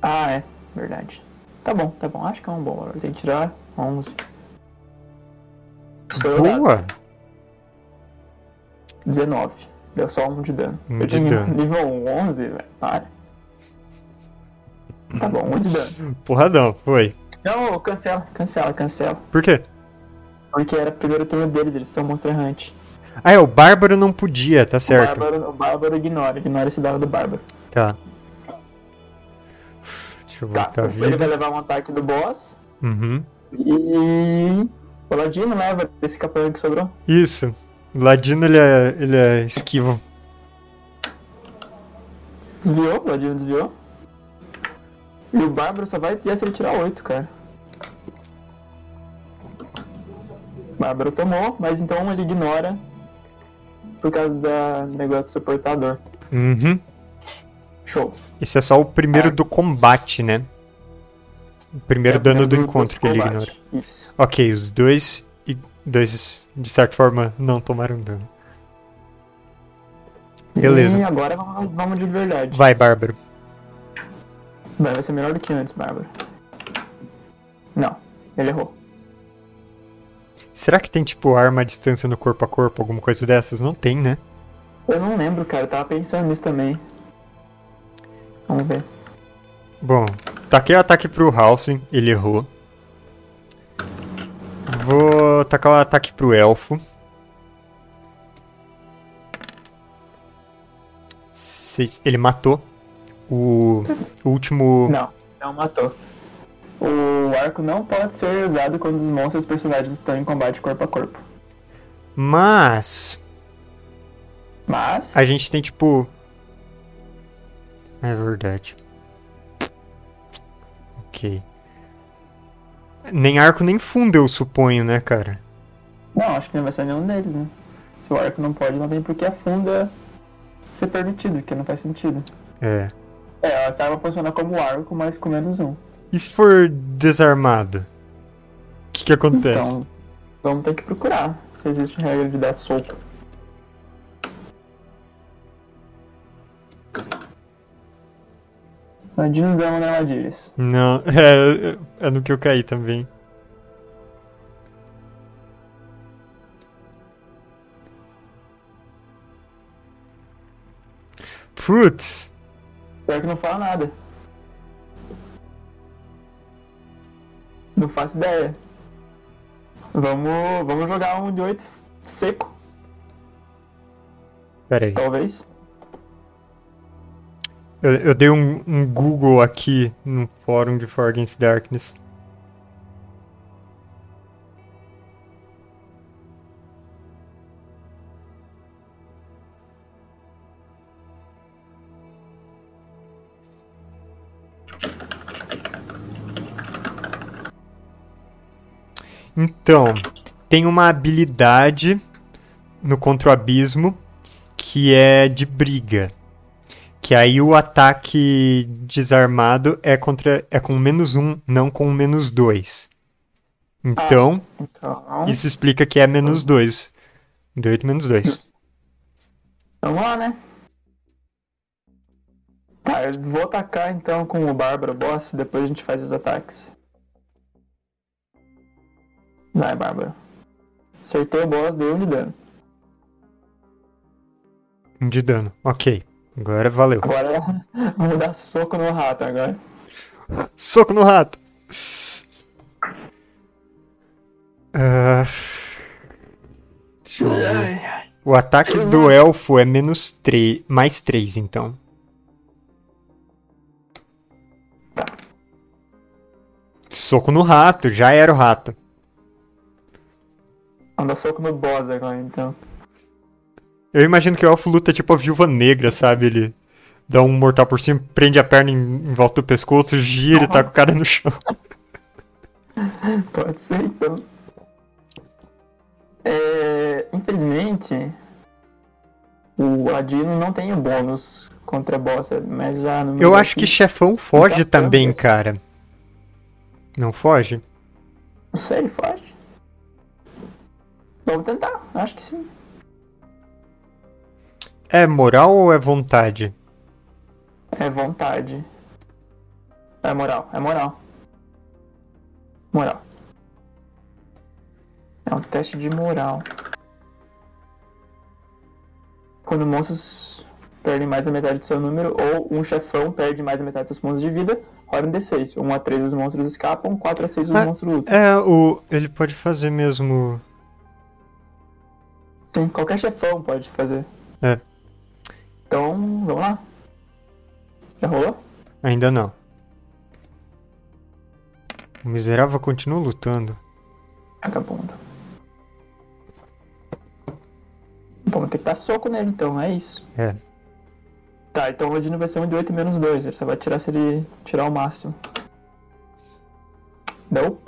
S2: Ah, é. Verdade. Tá bom, tá bom. Acho que é um bom valor. Tem que tirar 11. Estourou o dado.
S1: Boa!
S2: 19. Deu só um de dano.
S1: Um
S2: eu
S1: de
S2: tinha
S1: dano.
S2: nível 11, velho. Para. Tá bom, um de dano.
S1: Porradão, foi.
S2: Não, cancela, cancela, cancela.
S1: Por quê?
S2: Porque era o primeiro turno deles, eles são Monster Hunt.
S1: Ah, é, o Bárbaro não podia, tá certo.
S2: O Bárbaro, o Bárbaro ignora, ignora esse dado do Bárbaro.
S1: Tá. Deixa eu
S2: Tá,
S1: voltar a
S2: ele
S1: vida.
S2: vai levar um ataque do boss.
S1: Uhum.
S2: E. O Ladino leva esse capelão que sobrou.
S1: Isso. O Ladino, ele é, ele é esquivo.
S2: Desviou, o Ladino desviou. E o Bárbaro só vai desviar se ele tirar 8, cara. O Bárbaro tomou, mas então ele ignora por causa da do negócio do suportador.
S1: Uhum.
S2: Show.
S1: Esse é só o primeiro
S2: Ah.
S1: do combate, né? O primeiro
S2: É o
S1: dano do
S2: primeiro
S1: encontro que ele
S2: combate.
S1: ignora.
S2: Isso.
S1: Ok, os dois. E dois, de certa forma, não tomaram dano. Beleza.
S2: E agora vamos, vamos de verdade.
S1: Vai, Bárbaro.
S2: Vai, vai ser melhor do que antes, Bárbaro. Não, ele errou.
S1: Será que tem, tipo, arma à distância no corpo a corpo, alguma coisa dessas? Não tem, né?
S2: Eu não lembro, cara, eu tava pensando nisso também. Vamos ver.
S1: Bom, taquei o ataque pro Halfling, ele errou. Vou tacar o ataque pro Elfo. Se- Ele matou o o último.
S2: Não, não matou. O arco não pode ser usado quando os monstros e os personagens estão em combate corpo a corpo.
S1: Mas
S2: Mas,
S1: a gente tem tipo. É verdade. Ok. Nem arco nem fundo, eu suponho, né, cara?
S2: não, acho que não vai ser nenhum deles, né? Se o arco não pode, não tem por que a funda ser permitido, porque não faz sentido.
S1: É.
S2: É, essa arma funciona como arco, mas com menos um.
S1: E se for desarmado? O que, que acontece?
S2: Então, vamos ter que procurar se existe regra de dar soco. Ladinos amam armadilhas.
S1: Não, é, é no que eu caí também. Putz,
S2: Pior que não fala nada. Não faço ideia. Vamos, vamos jogar um de 8 seco,
S1: pera aí.
S2: talvez.
S1: Eu, eu dei um, um Google aqui no fórum de Far Against Darkness. Então, tem uma habilidade no Contra o Abismo que é de briga. Que aí o ataque desarmado é contra é com menos um, não com menos dois. Então,
S2: Então,
S1: isso explica que é menos dois. Do 8 menos dois.
S2: vamos lá, né? Tá, eu vou atacar então com o Bárbaro Boss, depois a gente faz os ataques. Vai, Bárbaro. Acertei o boss, deu um de dano.
S1: Um de dano. Ok. Agora valeu.
S2: Agora vou dar soco no rato agora.
S1: Soco no rato! Ah, deixa eu ver.
S2: Ai, ai.
S1: O ataque do elfo é menos 3. Mais 3, então. Soco no rato, já era o rato.
S2: Vou dar soco no boss agora então.
S1: Eu imagino que o elfo luta tipo a viúva negra, sabe? Ele dá um mortal por cima, prende a perna em, em volta do pescoço, gira e tá com o cara no chão.
S2: Pode ser então. É, infelizmente, o Adino não tem o bônus contra boss, mas a número
S1: Eu acho que
S2: aqui-
S1: chefão foge
S2: Então,
S1: também,
S2: talvez.
S1: cara. Não foge?
S2: Não sei, ele foge. Vamos tentar, acho que sim.
S1: É moral ou é vontade?
S2: É vontade. É moral, é moral. Moral. É um teste de moral. Quando monstros perdem mais da metade do seu número, ou um chefão perde mais da metade dos seus pontos de vida, rola um D6. 1 a 3 os monstros escapam, 4 a 6 os
S1: Ah.
S2: monstros lutam.
S1: É, o. Ele pode fazer mesmo.
S2: Sim, qualquer chefão pode fazer.
S1: É.
S2: Então, vamos lá. Já rolou?
S1: Ainda não. O miserável continua lutando.
S2: Vagabundo. Bom, vou ter que dar soco nele então, é isso.
S1: É.
S2: Tá, então o Odino vai ser um de 8 menos 2, ele só vai tirar se ele tirar o máximo. Não.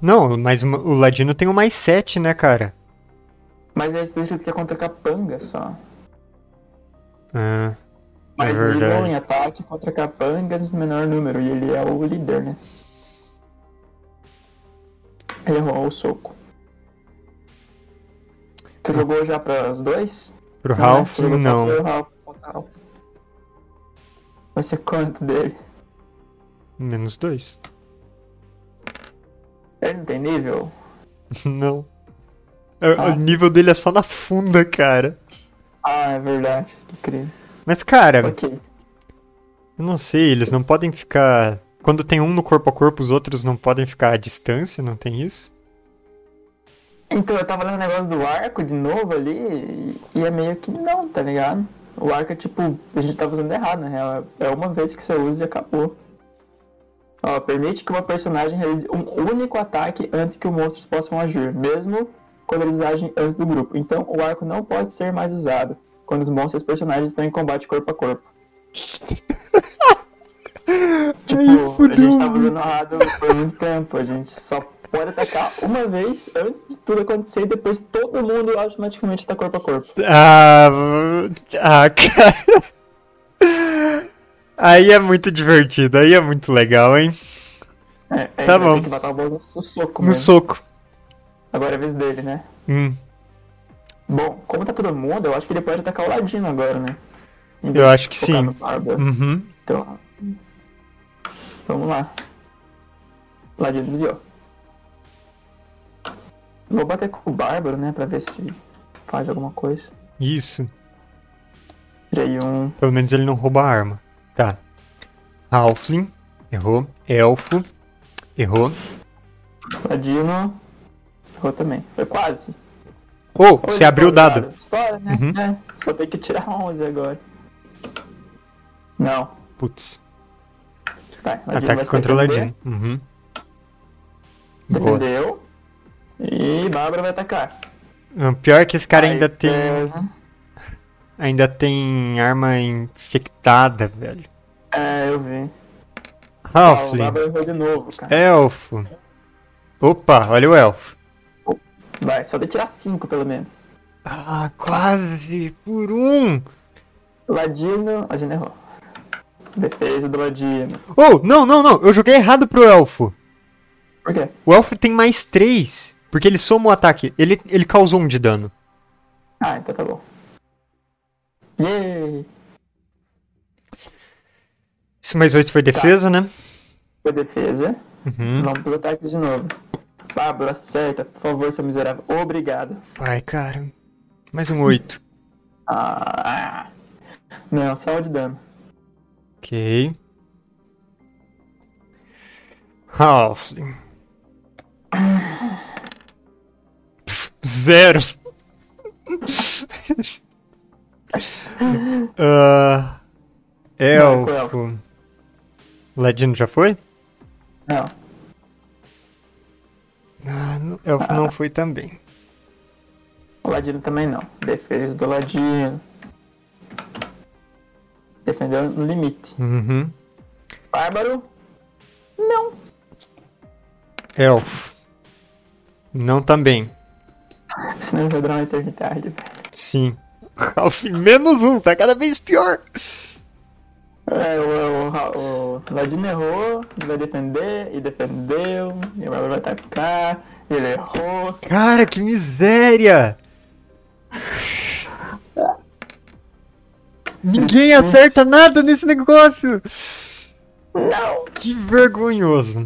S1: Não, mas ma- o Ladino tem o mais 7, né, cara?
S2: Mas é escrito que é contra capanga só.
S1: Ah,
S2: Mas
S1: É
S2: ele
S1: verdade.
S2: não em ataque contra capangas no menor número, e ele é o líder, né? Ele errou o soco. Tu jogou já para os dois?
S1: pro
S2: Não, né?
S1: Ralph,
S2: Jogou só
S1: não.
S2: pro Ralph, pro Ralph. Vai ser quanto dele?
S1: Menos 2.
S2: Ele não tem nível?
S1: Não. É,
S2: Ah.
S1: O nível dele é só na funda, cara.
S2: Ah, é verdade. Que crime.
S1: Mas, cara,
S2: Ok.
S1: eu não sei, eles não podem ficar. Quando tem um no corpo a corpo, os outros não podem ficar à distância, não tem isso?
S2: Então, eu tava lendo o negócio do arco de novo ali e- e é meio que não, tá ligado? O arco é tipo, a gente tava usando errado, na real. É uma vez que você usa e acabou. Ó, permite que uma personagem realize um único ataque antes que os monstros possam agir, mesmo quando eles agem antes do grupo. Então, o arco não pode ser mais usado quando os monstros e os personagens estão em combate corpo a corpo. Tipo, a gente tava usando errado por muito tempo. A gente só pode atacar uma vez antes de tudo acontecer e depois todo mundo automaticamente tá corpo a corpo.
S1: Ah, v- ah, cara. Aí é muito divertido, aí é muito legal, hein?
S2: É, é,
S1: Tá
S2: ele vai
S1: bom.
S2: ter que matar o boss no so- soco
S1: No
S2: mesmo.
S1: soco.
S2: Agora é a vez dele, né?
S1: Hum,
S2: Bom, como tá todo mundo, eu acho que ele pode atacar o Ladino agora, né? Em
S1: eu
S2: vez de
S1: acho que
S2: focar
S1: sim.
S2: no Barba.
S1: Uhum.
S2: Então, vamos lá. Ladino desviou. Vou bater com o Bárbaro, né? Pra ver se faz alguma coisa.
S1: Isso.
S2: Tirei um.
S1: Pelo menos ele não rouba a arma. Tá. Halfling. Errou. Elfo. Errou.
S2: Ladino. Errou também. Foi quase.
S1: Oh,
S2: Olha
S1: você
S2: só,
S1: abriu o dado.
S2: cara. História, né?
S1: Uhum.
S2: É, só tem que tirar 11 agora. Não.
S1: Putz.
S2: Tá, Ladino vai
S1: Ataque
S2: se
S1: contra o
S2: defender.
S1: Ladino. Uhum. Boa.
S2: Defendeu. E Bárbara vai atacar.
S1: Não, pior que esse cara ainda
S2: Aí,
S1: tem.
S2: é,
S1: Ainda tem arma infectada, velho.
S2: É, eu vi. Ah, o
S1: Halfling.
S2: Bárbara errou de novo, cara.
S1: Elfo. Opa, olha o elfo. É.
S2: Vai, só de tirar 5 pelo menos.
S1: Ah, quase por um.
S2: Ladino. Ladino errou. Defesa do Ladino.
S1: Oh, não, não, não. Eu joguei errado pro elfo.
S2: Por quê?
S1: O elfo tem mais três. Porque ele soma o ataque. Ele, ele causou um de dano.
S2: Ah, então tá bom. Yay!
S1: Esse mais 8 foi defesa, né?
S2: Foi defesa.
S1: Uhum.
S2: Vamos pros ataques de novo. Pablo, acerta, por favor, seu miserável. Obrigado.
S1: Ai, cara. Mais um 8.
S2: Ah, não, só o de dano.
S1: Ok. Halfling. Pff, Zero. Ah,
S2: Marco,
S1: elfo. Ladino já foi?
S2: Não.
S1: Ah, não- elfo não foi também.
S2: O Ladino também não. Defesa do Ladino. Defendeu no limite.
S1: Uhum.
S2: Bárbaro? Não.
S1: Elfo. Não também.
S2: Senão ele vai durar uma eternidade, é velho.
S1: Sim. Halfling menos um, tá cada vez pior.
S2: É, o, o, o Ladino errou, ele vai defender, e defendeu, e o Bárbaro vai atacar, e ele errou.
S1: Cara, que miséria! Ninguém acerta nada nesse negócio!
S2: Não!
S1: Que vergonhoso!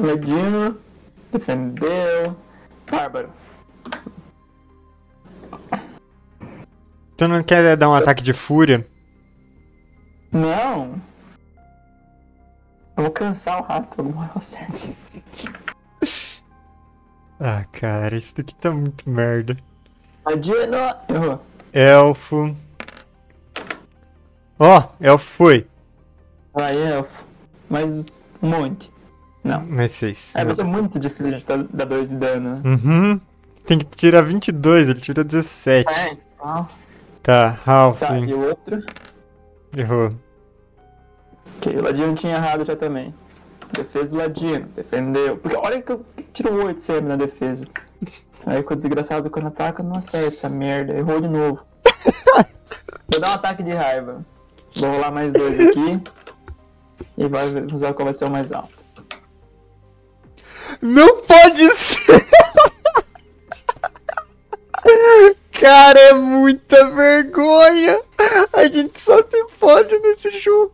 S2: O Ladino defendeu. Bárbaro.
S1: Tu não quer dar um ataque de fúria?
S2: Não! Eu vou cansar o rato, na moral, certo?
S1: Ah, cara, isso daqui tá muito merda.
S2: Ladino! Errou.
S1: Elfo. Ó, elfo foi.
S2: Vai, é, elfo. Mais um monte. Não.
S1: Mais seis.
S2: É, vai ser muito difícil de dar- dar 2 de dano, né?
S1: Uhum. Tem que tirar 22, ele tira 17.
S2: É, então.
S1: Tá,
S2: Tá,
S1: Halfling.
S2: e o outro?
S1: Errou.
S2: Ok, o Ladino tinha errado já também. Defesa do Ladino, defendeu. Porque olha que eu tiro 8 sempre na defesa. Aí com o desgraçado quando ataca, não acerta essa merda. Errou de novo. Vou dar um ataque de raiva. Vou rolar mais dois aqui. E vai ver- usar qual vai ser o mais alto.
S1: Não pode ser! Cara, é muita vergonha! A gente só se pode nesse jogo!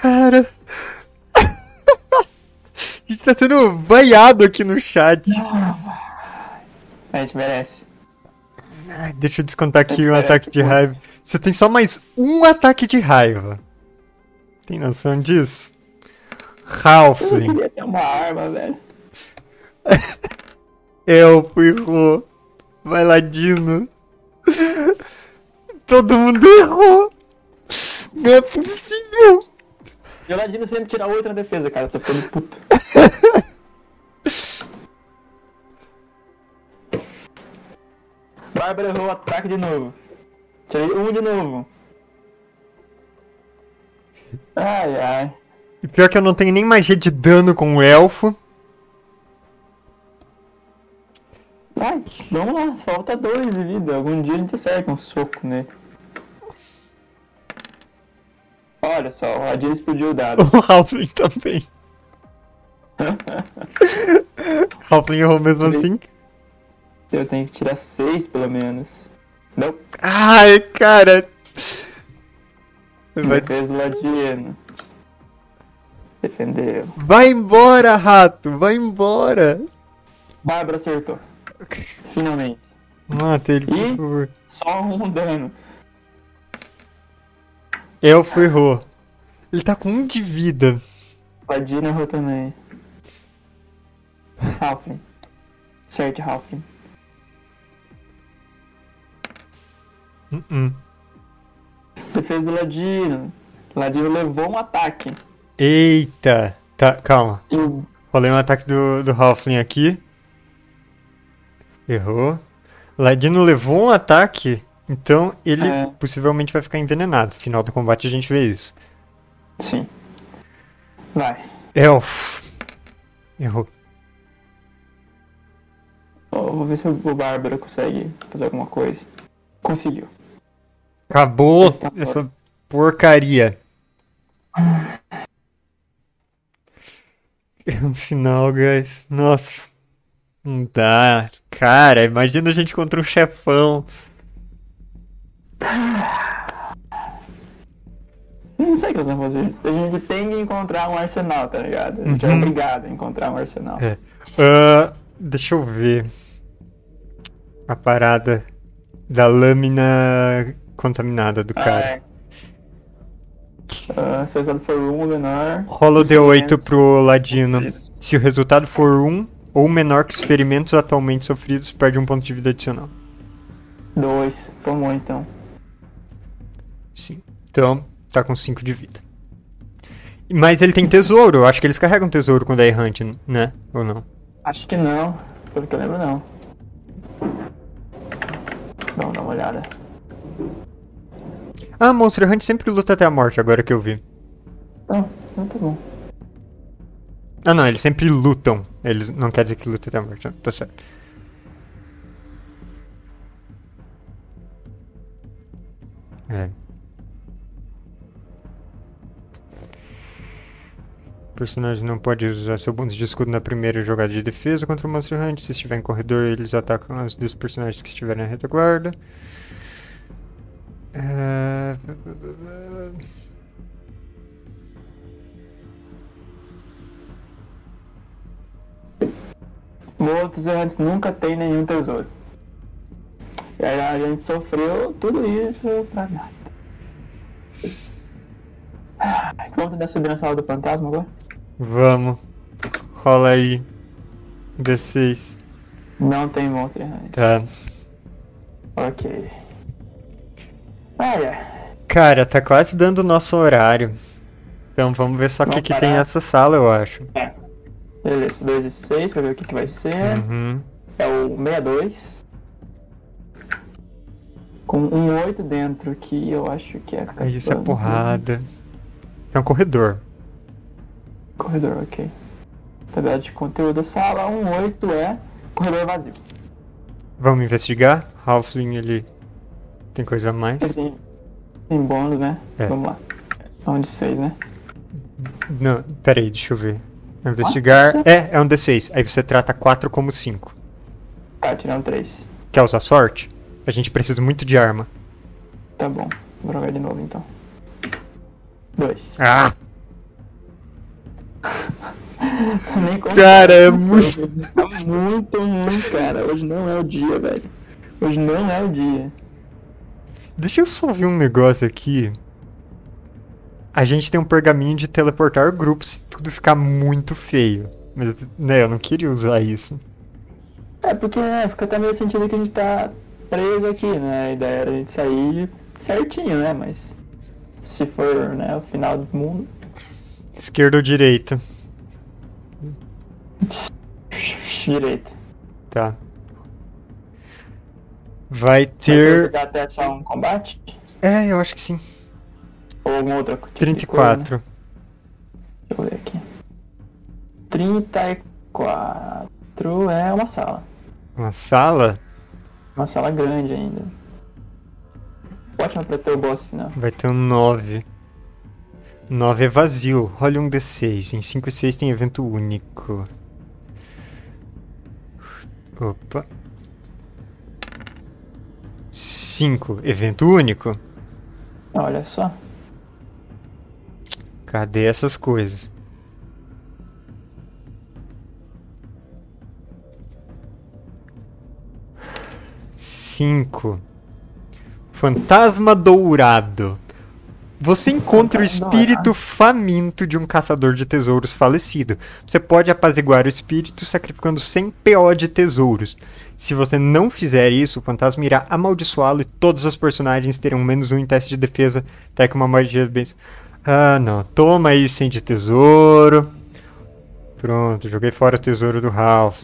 S1: Cara. A gente tá sendo vaiado aqui no chat.
S2: A gente merece.
S1: Ai, Deixa eu descontar aqui um ataque de raiva. Você tem só mais um ataque de raiva. Tem noção disso?
S2: Eu
S1: Halfling.
S2: queria ter uma arma, velho.
S1: Elfo errou. Vai lá, Dino. Todo mundo errou. Não é possível.
S2: E o Ladino sempre tira 8 na defesa, cara. Eu tô ficando puto. Bárbara errou o ataque de novo. Tirei um de novo. Ai, ai.
S1: E pior que eu não tenho nem magia de dano com o elfo.
S2: Vai, vamos lá. Falta dois de vida. Algum dia a gente acerta um soco nele. Olha só, o Ladino explodiu o dado.
S1: O Halfling também. Halfling errou mesmo assim.
S2: Eu tenho que tirar seis, pelo menos. Não,
S1: Ai, cara. Vai,
S2: defesa do Ladino. Defendeu.
S1: vai embora, rato. Vai embora.
S2: Bárbara acertou. Finalmente.
S1: Mata ele, por
S2: Ih.
S1: favor.
S2: Só um dano.
S1: Elfo errou. Ele tá com um de vida.
S2: Ladino errou também. Halfling. Acerte Halfling.
S1: Uh -uh.
S2: Defesa do Ladino. Ladino levou um ataque.
S1: Eita! Tá, calma.
S2: E o
S1: Rolei um ataque do, do Halfling aqui. Errou. Ladino levou um ataque, então ele
S2: É.
S1: possivelmente vai ficar envenenado. Final do combate a gente vê isso.
S2: Sim. Vai.
S1: Elfo. Errou.
S2: Ó, vou ver se o Bárbara consegue fazer alguma coisa. Conseguiu.
S1: Acabou
S2: Essa porra.
S1: essa porcaria. É um sinal, guys. Nossa. Não dá. Cara, imagina a gente contra um chefão.
S2: Não sei o que elas vão fazer. A gente tem que encontrar um arsenal, tá ligado? A gente é
S1: Uhum.
S2: obrigado a encontrar um arsenal.
S1: É. Ah, deixa eu ver. A parada da lâmina contaminada do cara.
S2: Ah, é. Ah, se o resultado for um ou menor.
S1: Rola o D8 pro Ladino.
S2: Feridos.
S1: Se o resultado for 1 ou menor que os ferimentos atualmente sofridos, perde um ponto de vida adicional.
S2: Dois. Tomou então.
S1: Sim. Então, tá com 5 de vida. Mas ele tem tesouro. Eu Acho que eles carregam tesouro quando é errante, né? Ou não?
S2: Acho que não. Pelo que eu lembro, não. Vamos dar uma olhada.
S1: Ah, Monster Hunt sempre luta até a morte, agora que eu vi.
S2: Não, não tá bom.
S1: Ah, não, eles sempre lutam. Eles não quer dizer que luta até a morte, não. tá certo. É. O personagem não pode usar seu bônus de escudo na primeira jogada de defesa contra o Monster Hunt. Se estiver em corredor, eles atacam as dos personagens que estiverem na retaguarda. É...
S2: Mortos errantes nunca tem nenhum tesouro. E aí a gente sofreu tudo isso pra nada. Ah, Vamos tentar subir na sala do fantasma agora?
S1: Vamos. Rola aí. D6.
S2: Não tem monstro errante.
S1: Tá.
S2: Ok. Olha,
S1: Cara, tá quase dando o nosso horário. Então vamos ver só o que,
S2: Vamos
S1: que
S2: parar.
S1: tem essa sala, eu acho.
S2: É. beleza, 2 e 6 pra ver o que, que vai ser.
S1: Uhum.
S2: É o 62. Com um 8 dentro, que eu acho que é.
S1: Aí isso é
S2: 14.
S1: porrada. Isso é um corredor.
S2: Corredor, ok. Tabela de conteúdo da sala, um 8 é corredor vazio.
S1: Vamos investigar? Halfling, ele tem coisa a mais?
S2: Ele Tem, tem bônus, né?
S1: É.
S2: Vamos lá. É um de 6, né?
S1: Não, peraí, deixa eu ver. Investigar. É, é um D6. Aí você trata 4 como 5.
S2: Tá, tirando 3.
S1: Quer usar sorte? A gente precisa muito de arma.
S2: Tá bom. Vou jogar de novo então. 2.
S1: Ah!
S2: Cara,
S1: é muito-
S2: Tá muito ruim, cara. Hoje não é o dia, velho. Hoje não é o dia.
S1: Deixa eu só ver um negócio aqui. A gente tem um pergaminho de teleportar grupos se tudo ficar muito feio. Mas, né, eu não queria usar isso.
S2: É porque né, fica até meio sentido que a gente tá preso aqui, né? A ideia era a gente sair certinho, né? Mas se for né, o final do mundo.
S1: Esquerda ou direita?
S2: Direito.
S1: Tá. Vai
S2: Vai
S1: ter.
S2: pegar até achar um combate?
S1: É, eu acho que sim.
S2: Ou alguma outra tipo de coisa, né?
S1: 34.
S2: Deixa eu ver aqui. 34 é uma sala.
S1: Uma sala?
S2: Uma sala é grande ainda. Ótima pra ter o boss final.
S1: Vai ter um 9. 9 é vazio. Role um D6. Em 5 e 6 tem evento único. Opa. 5. Evento único?
S2: Ah, Olha só.
S1: Cadê essas coisas? Cinco. Fantasma Dourado. Você encontra o
S2: Fantasma
S1: espírito faminto de um caçador de tesouros falecido. Você pode apaziguar o espírito sacrificando 100 PO de tesouros. Se você não fizer isso, o fantasma irá amaldiçoá-lo e todos os personagens terão menos um em teste de defesa, até que uma magia bem. Ah, não. Toma aí 100 de tesouro. Pronto, joguei fora o tesouro do Ralph.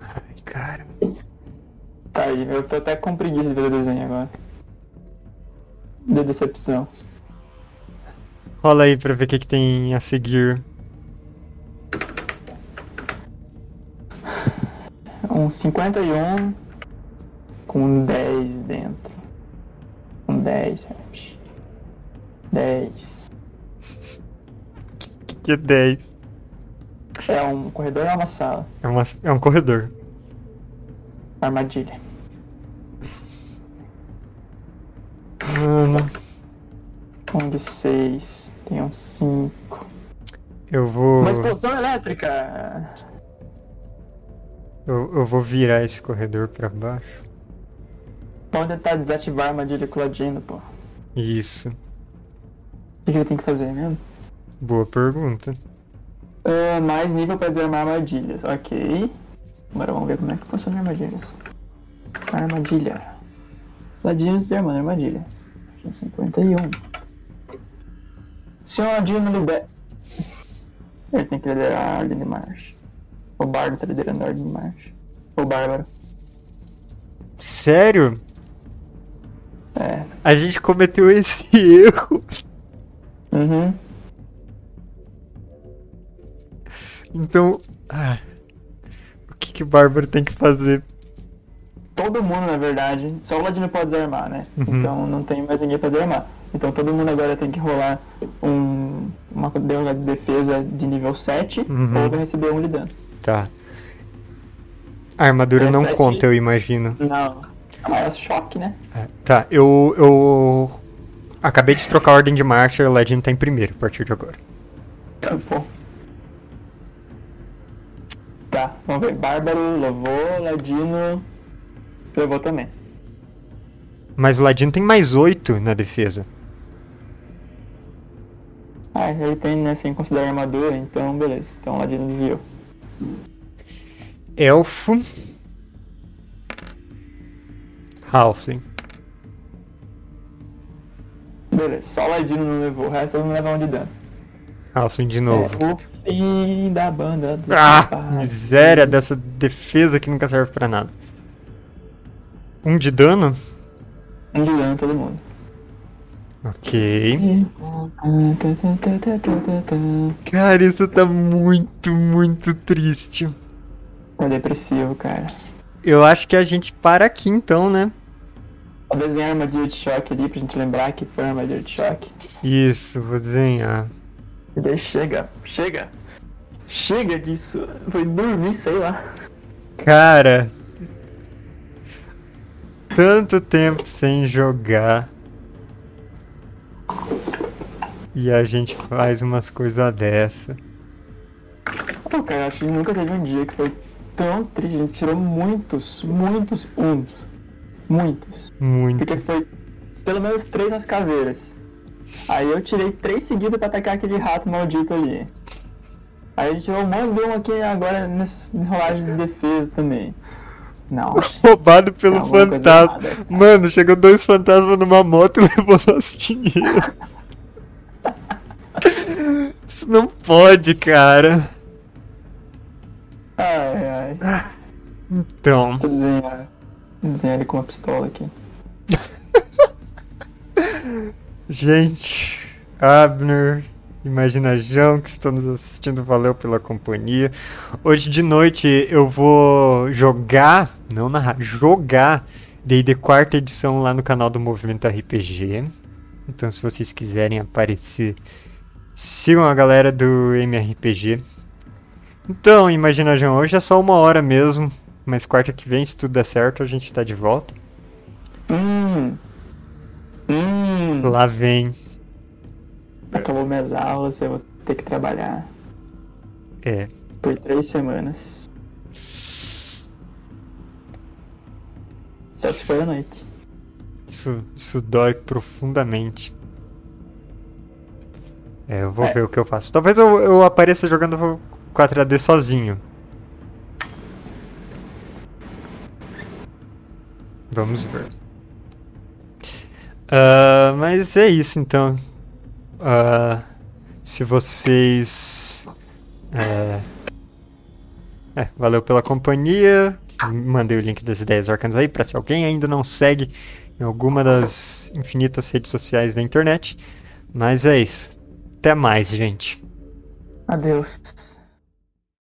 S1: Ai, cara.
S2: Tá aí, eu tô até com preguiça de ver o desenho agora. De decepção.
S1: Rola aí pra ver o que, que tem a seguir.
S2: Um 51 com 10 dentro. Um 10, acho. 10.
S1: Que que é 10?
S2: É um corredor ou é uma sala?
S1: É, uma, é um corredor.
S2: Armadilha.
S1: Mano,
S2: Kong 6. Um Tem um 5.
S1: eu vou.
S2: Uma explosão elétrica!
S1: Eu, eu vou virar esse corredor pra baixo.
S2: Vamos tentar desativar a armadilha com o Ladino, pô. O
S1: Isso.
S2: que, que ele tem que fazer mesmo?
S1: Boa pergunta.
S2: Ah, mais nível pra desarmar armadilhas, ok. Agora vamos ver como é que funciona armadilhas. Armadilha. Ladino desarmando armadilha. 51. Se o Ladino não um. liber... Ele tem que liderar a ordem de marcha. O Bardo tá liderando a ordem de marcha. O Bárbaro.
S1: Sério?
S2: É.
S1: A gente cometeu esse erro.
S2: Uhum.
S1: Então. ah, o que, que o Bárbaro tem que fazer?
S2: Todo mundo, na verdade. Só o Ladino pode desarmar, né? Então não tem mais ninguém pra desarmar. Então todo mundo agora tem que rolar um, uma DH de defesa de nível 7
S1: Uhum.
S2: ou vai receber um de dano.
S1: Tá. A armadura
S2: Essa
S1: não
S2: aqui-
S1: conta, eu imagino.
S2: Não. Mas é choque, né?
S1: É, Tá, eu. Eu. Acabei de trocar a ordem de marcha, o Ladino tá em primeiro a partir de agora.
S2: Tá bom. Tá, vamos ver. Bárbaro levou, Ladino levou também.
S1: Mas o Ladino tem mais 8 na defesa.
S2: Ah, ele tem, né, sem considerar armadura, então beleza. Então o Ladino desviou.
S1: Elfo. Halfling.
S2: Beleza, só o Ladino não levou, o resto não leva um de dano.
S1: Halfling de novo.
S2: É, o fim da banda do
S1: Ah, miséria dessa defesa que nunca serve pra nada. Um de dano?
S2: Um de dano todo mundo.
S1: Ok. Cara, isso tá muito, muito triste.
S2: Tá depressivo, cara.
S1: Eu acho que a gente para aqui então, né?
S2: Vou desenhar a armadilha de choque ali pra gente lembrar que foi uma armadilha de choque.
S1: Isso, vou desenhar.
S2: E daí chega, chega. Chega disso. Foi dormir, sei lá.
S1: Cara. Tanto tempo sem jogar. E a gente faz umas coisas dessa.
S2: Pô, cara, acho que nunca teve um dia que foi tão triste. A gente tirou muitos, muitos uns. Muitos.
S1: Muito.
S2: Porque foi pelo menos três nas caveiras. Aí eu tirei três seguidas pra atacar aquele rato maldito ali. Aí a gente tirou mais um aqui agora nessa enrolagem de defesa também. Não.
S1: Roubado pelo
S2: Alguma coisa
S1: fantasma.
S2: errada.
S1: Mano, chegou dois fantasmas numa moto e levou nosso dinheiro. Isso não pode, cara.
S2: Ai, ai.
S1: Então.
S2: Vou desenhar. Vou desenhar ele com uma pistola aqui.
S1: Gente, Abner, Imaginajão que estão nos assistindo, valeu pela companhia. Hoje de noite eu vou jogar, não narrar, jogar D&D quarta edição lá no canal do Movimento RPG. Então se vocês quiserem aparecer, sigam a galera do MRPG. Então, Imaginajão, hoje é só uma hora mesmo, mas quarta que vem, se tudo der certo, a gente tá de volta.
S2: Hum. Hum.
S1: Lá vem,
S2: Acabou minhas aulas, eu vou ter que trabalhar
S1: é,
S2: por três semanas. Só se for à noite.
S1: Isso, isso dói profundamente. É, eu vou
S2: É.
S1: ver o que eu faço. Talvez eu, eu apareça jogando 4AD sozinho. Vamos ver. Ah, mas é isso então. Ah, se vocês. é, é, valeu pela companhia. Mandei o link das ideias arcanas aí pra se alguém ainda não segue em alguma das infinitas redes sociais da internet. Mas é isso. Até mais, gente.
S2: Adeus.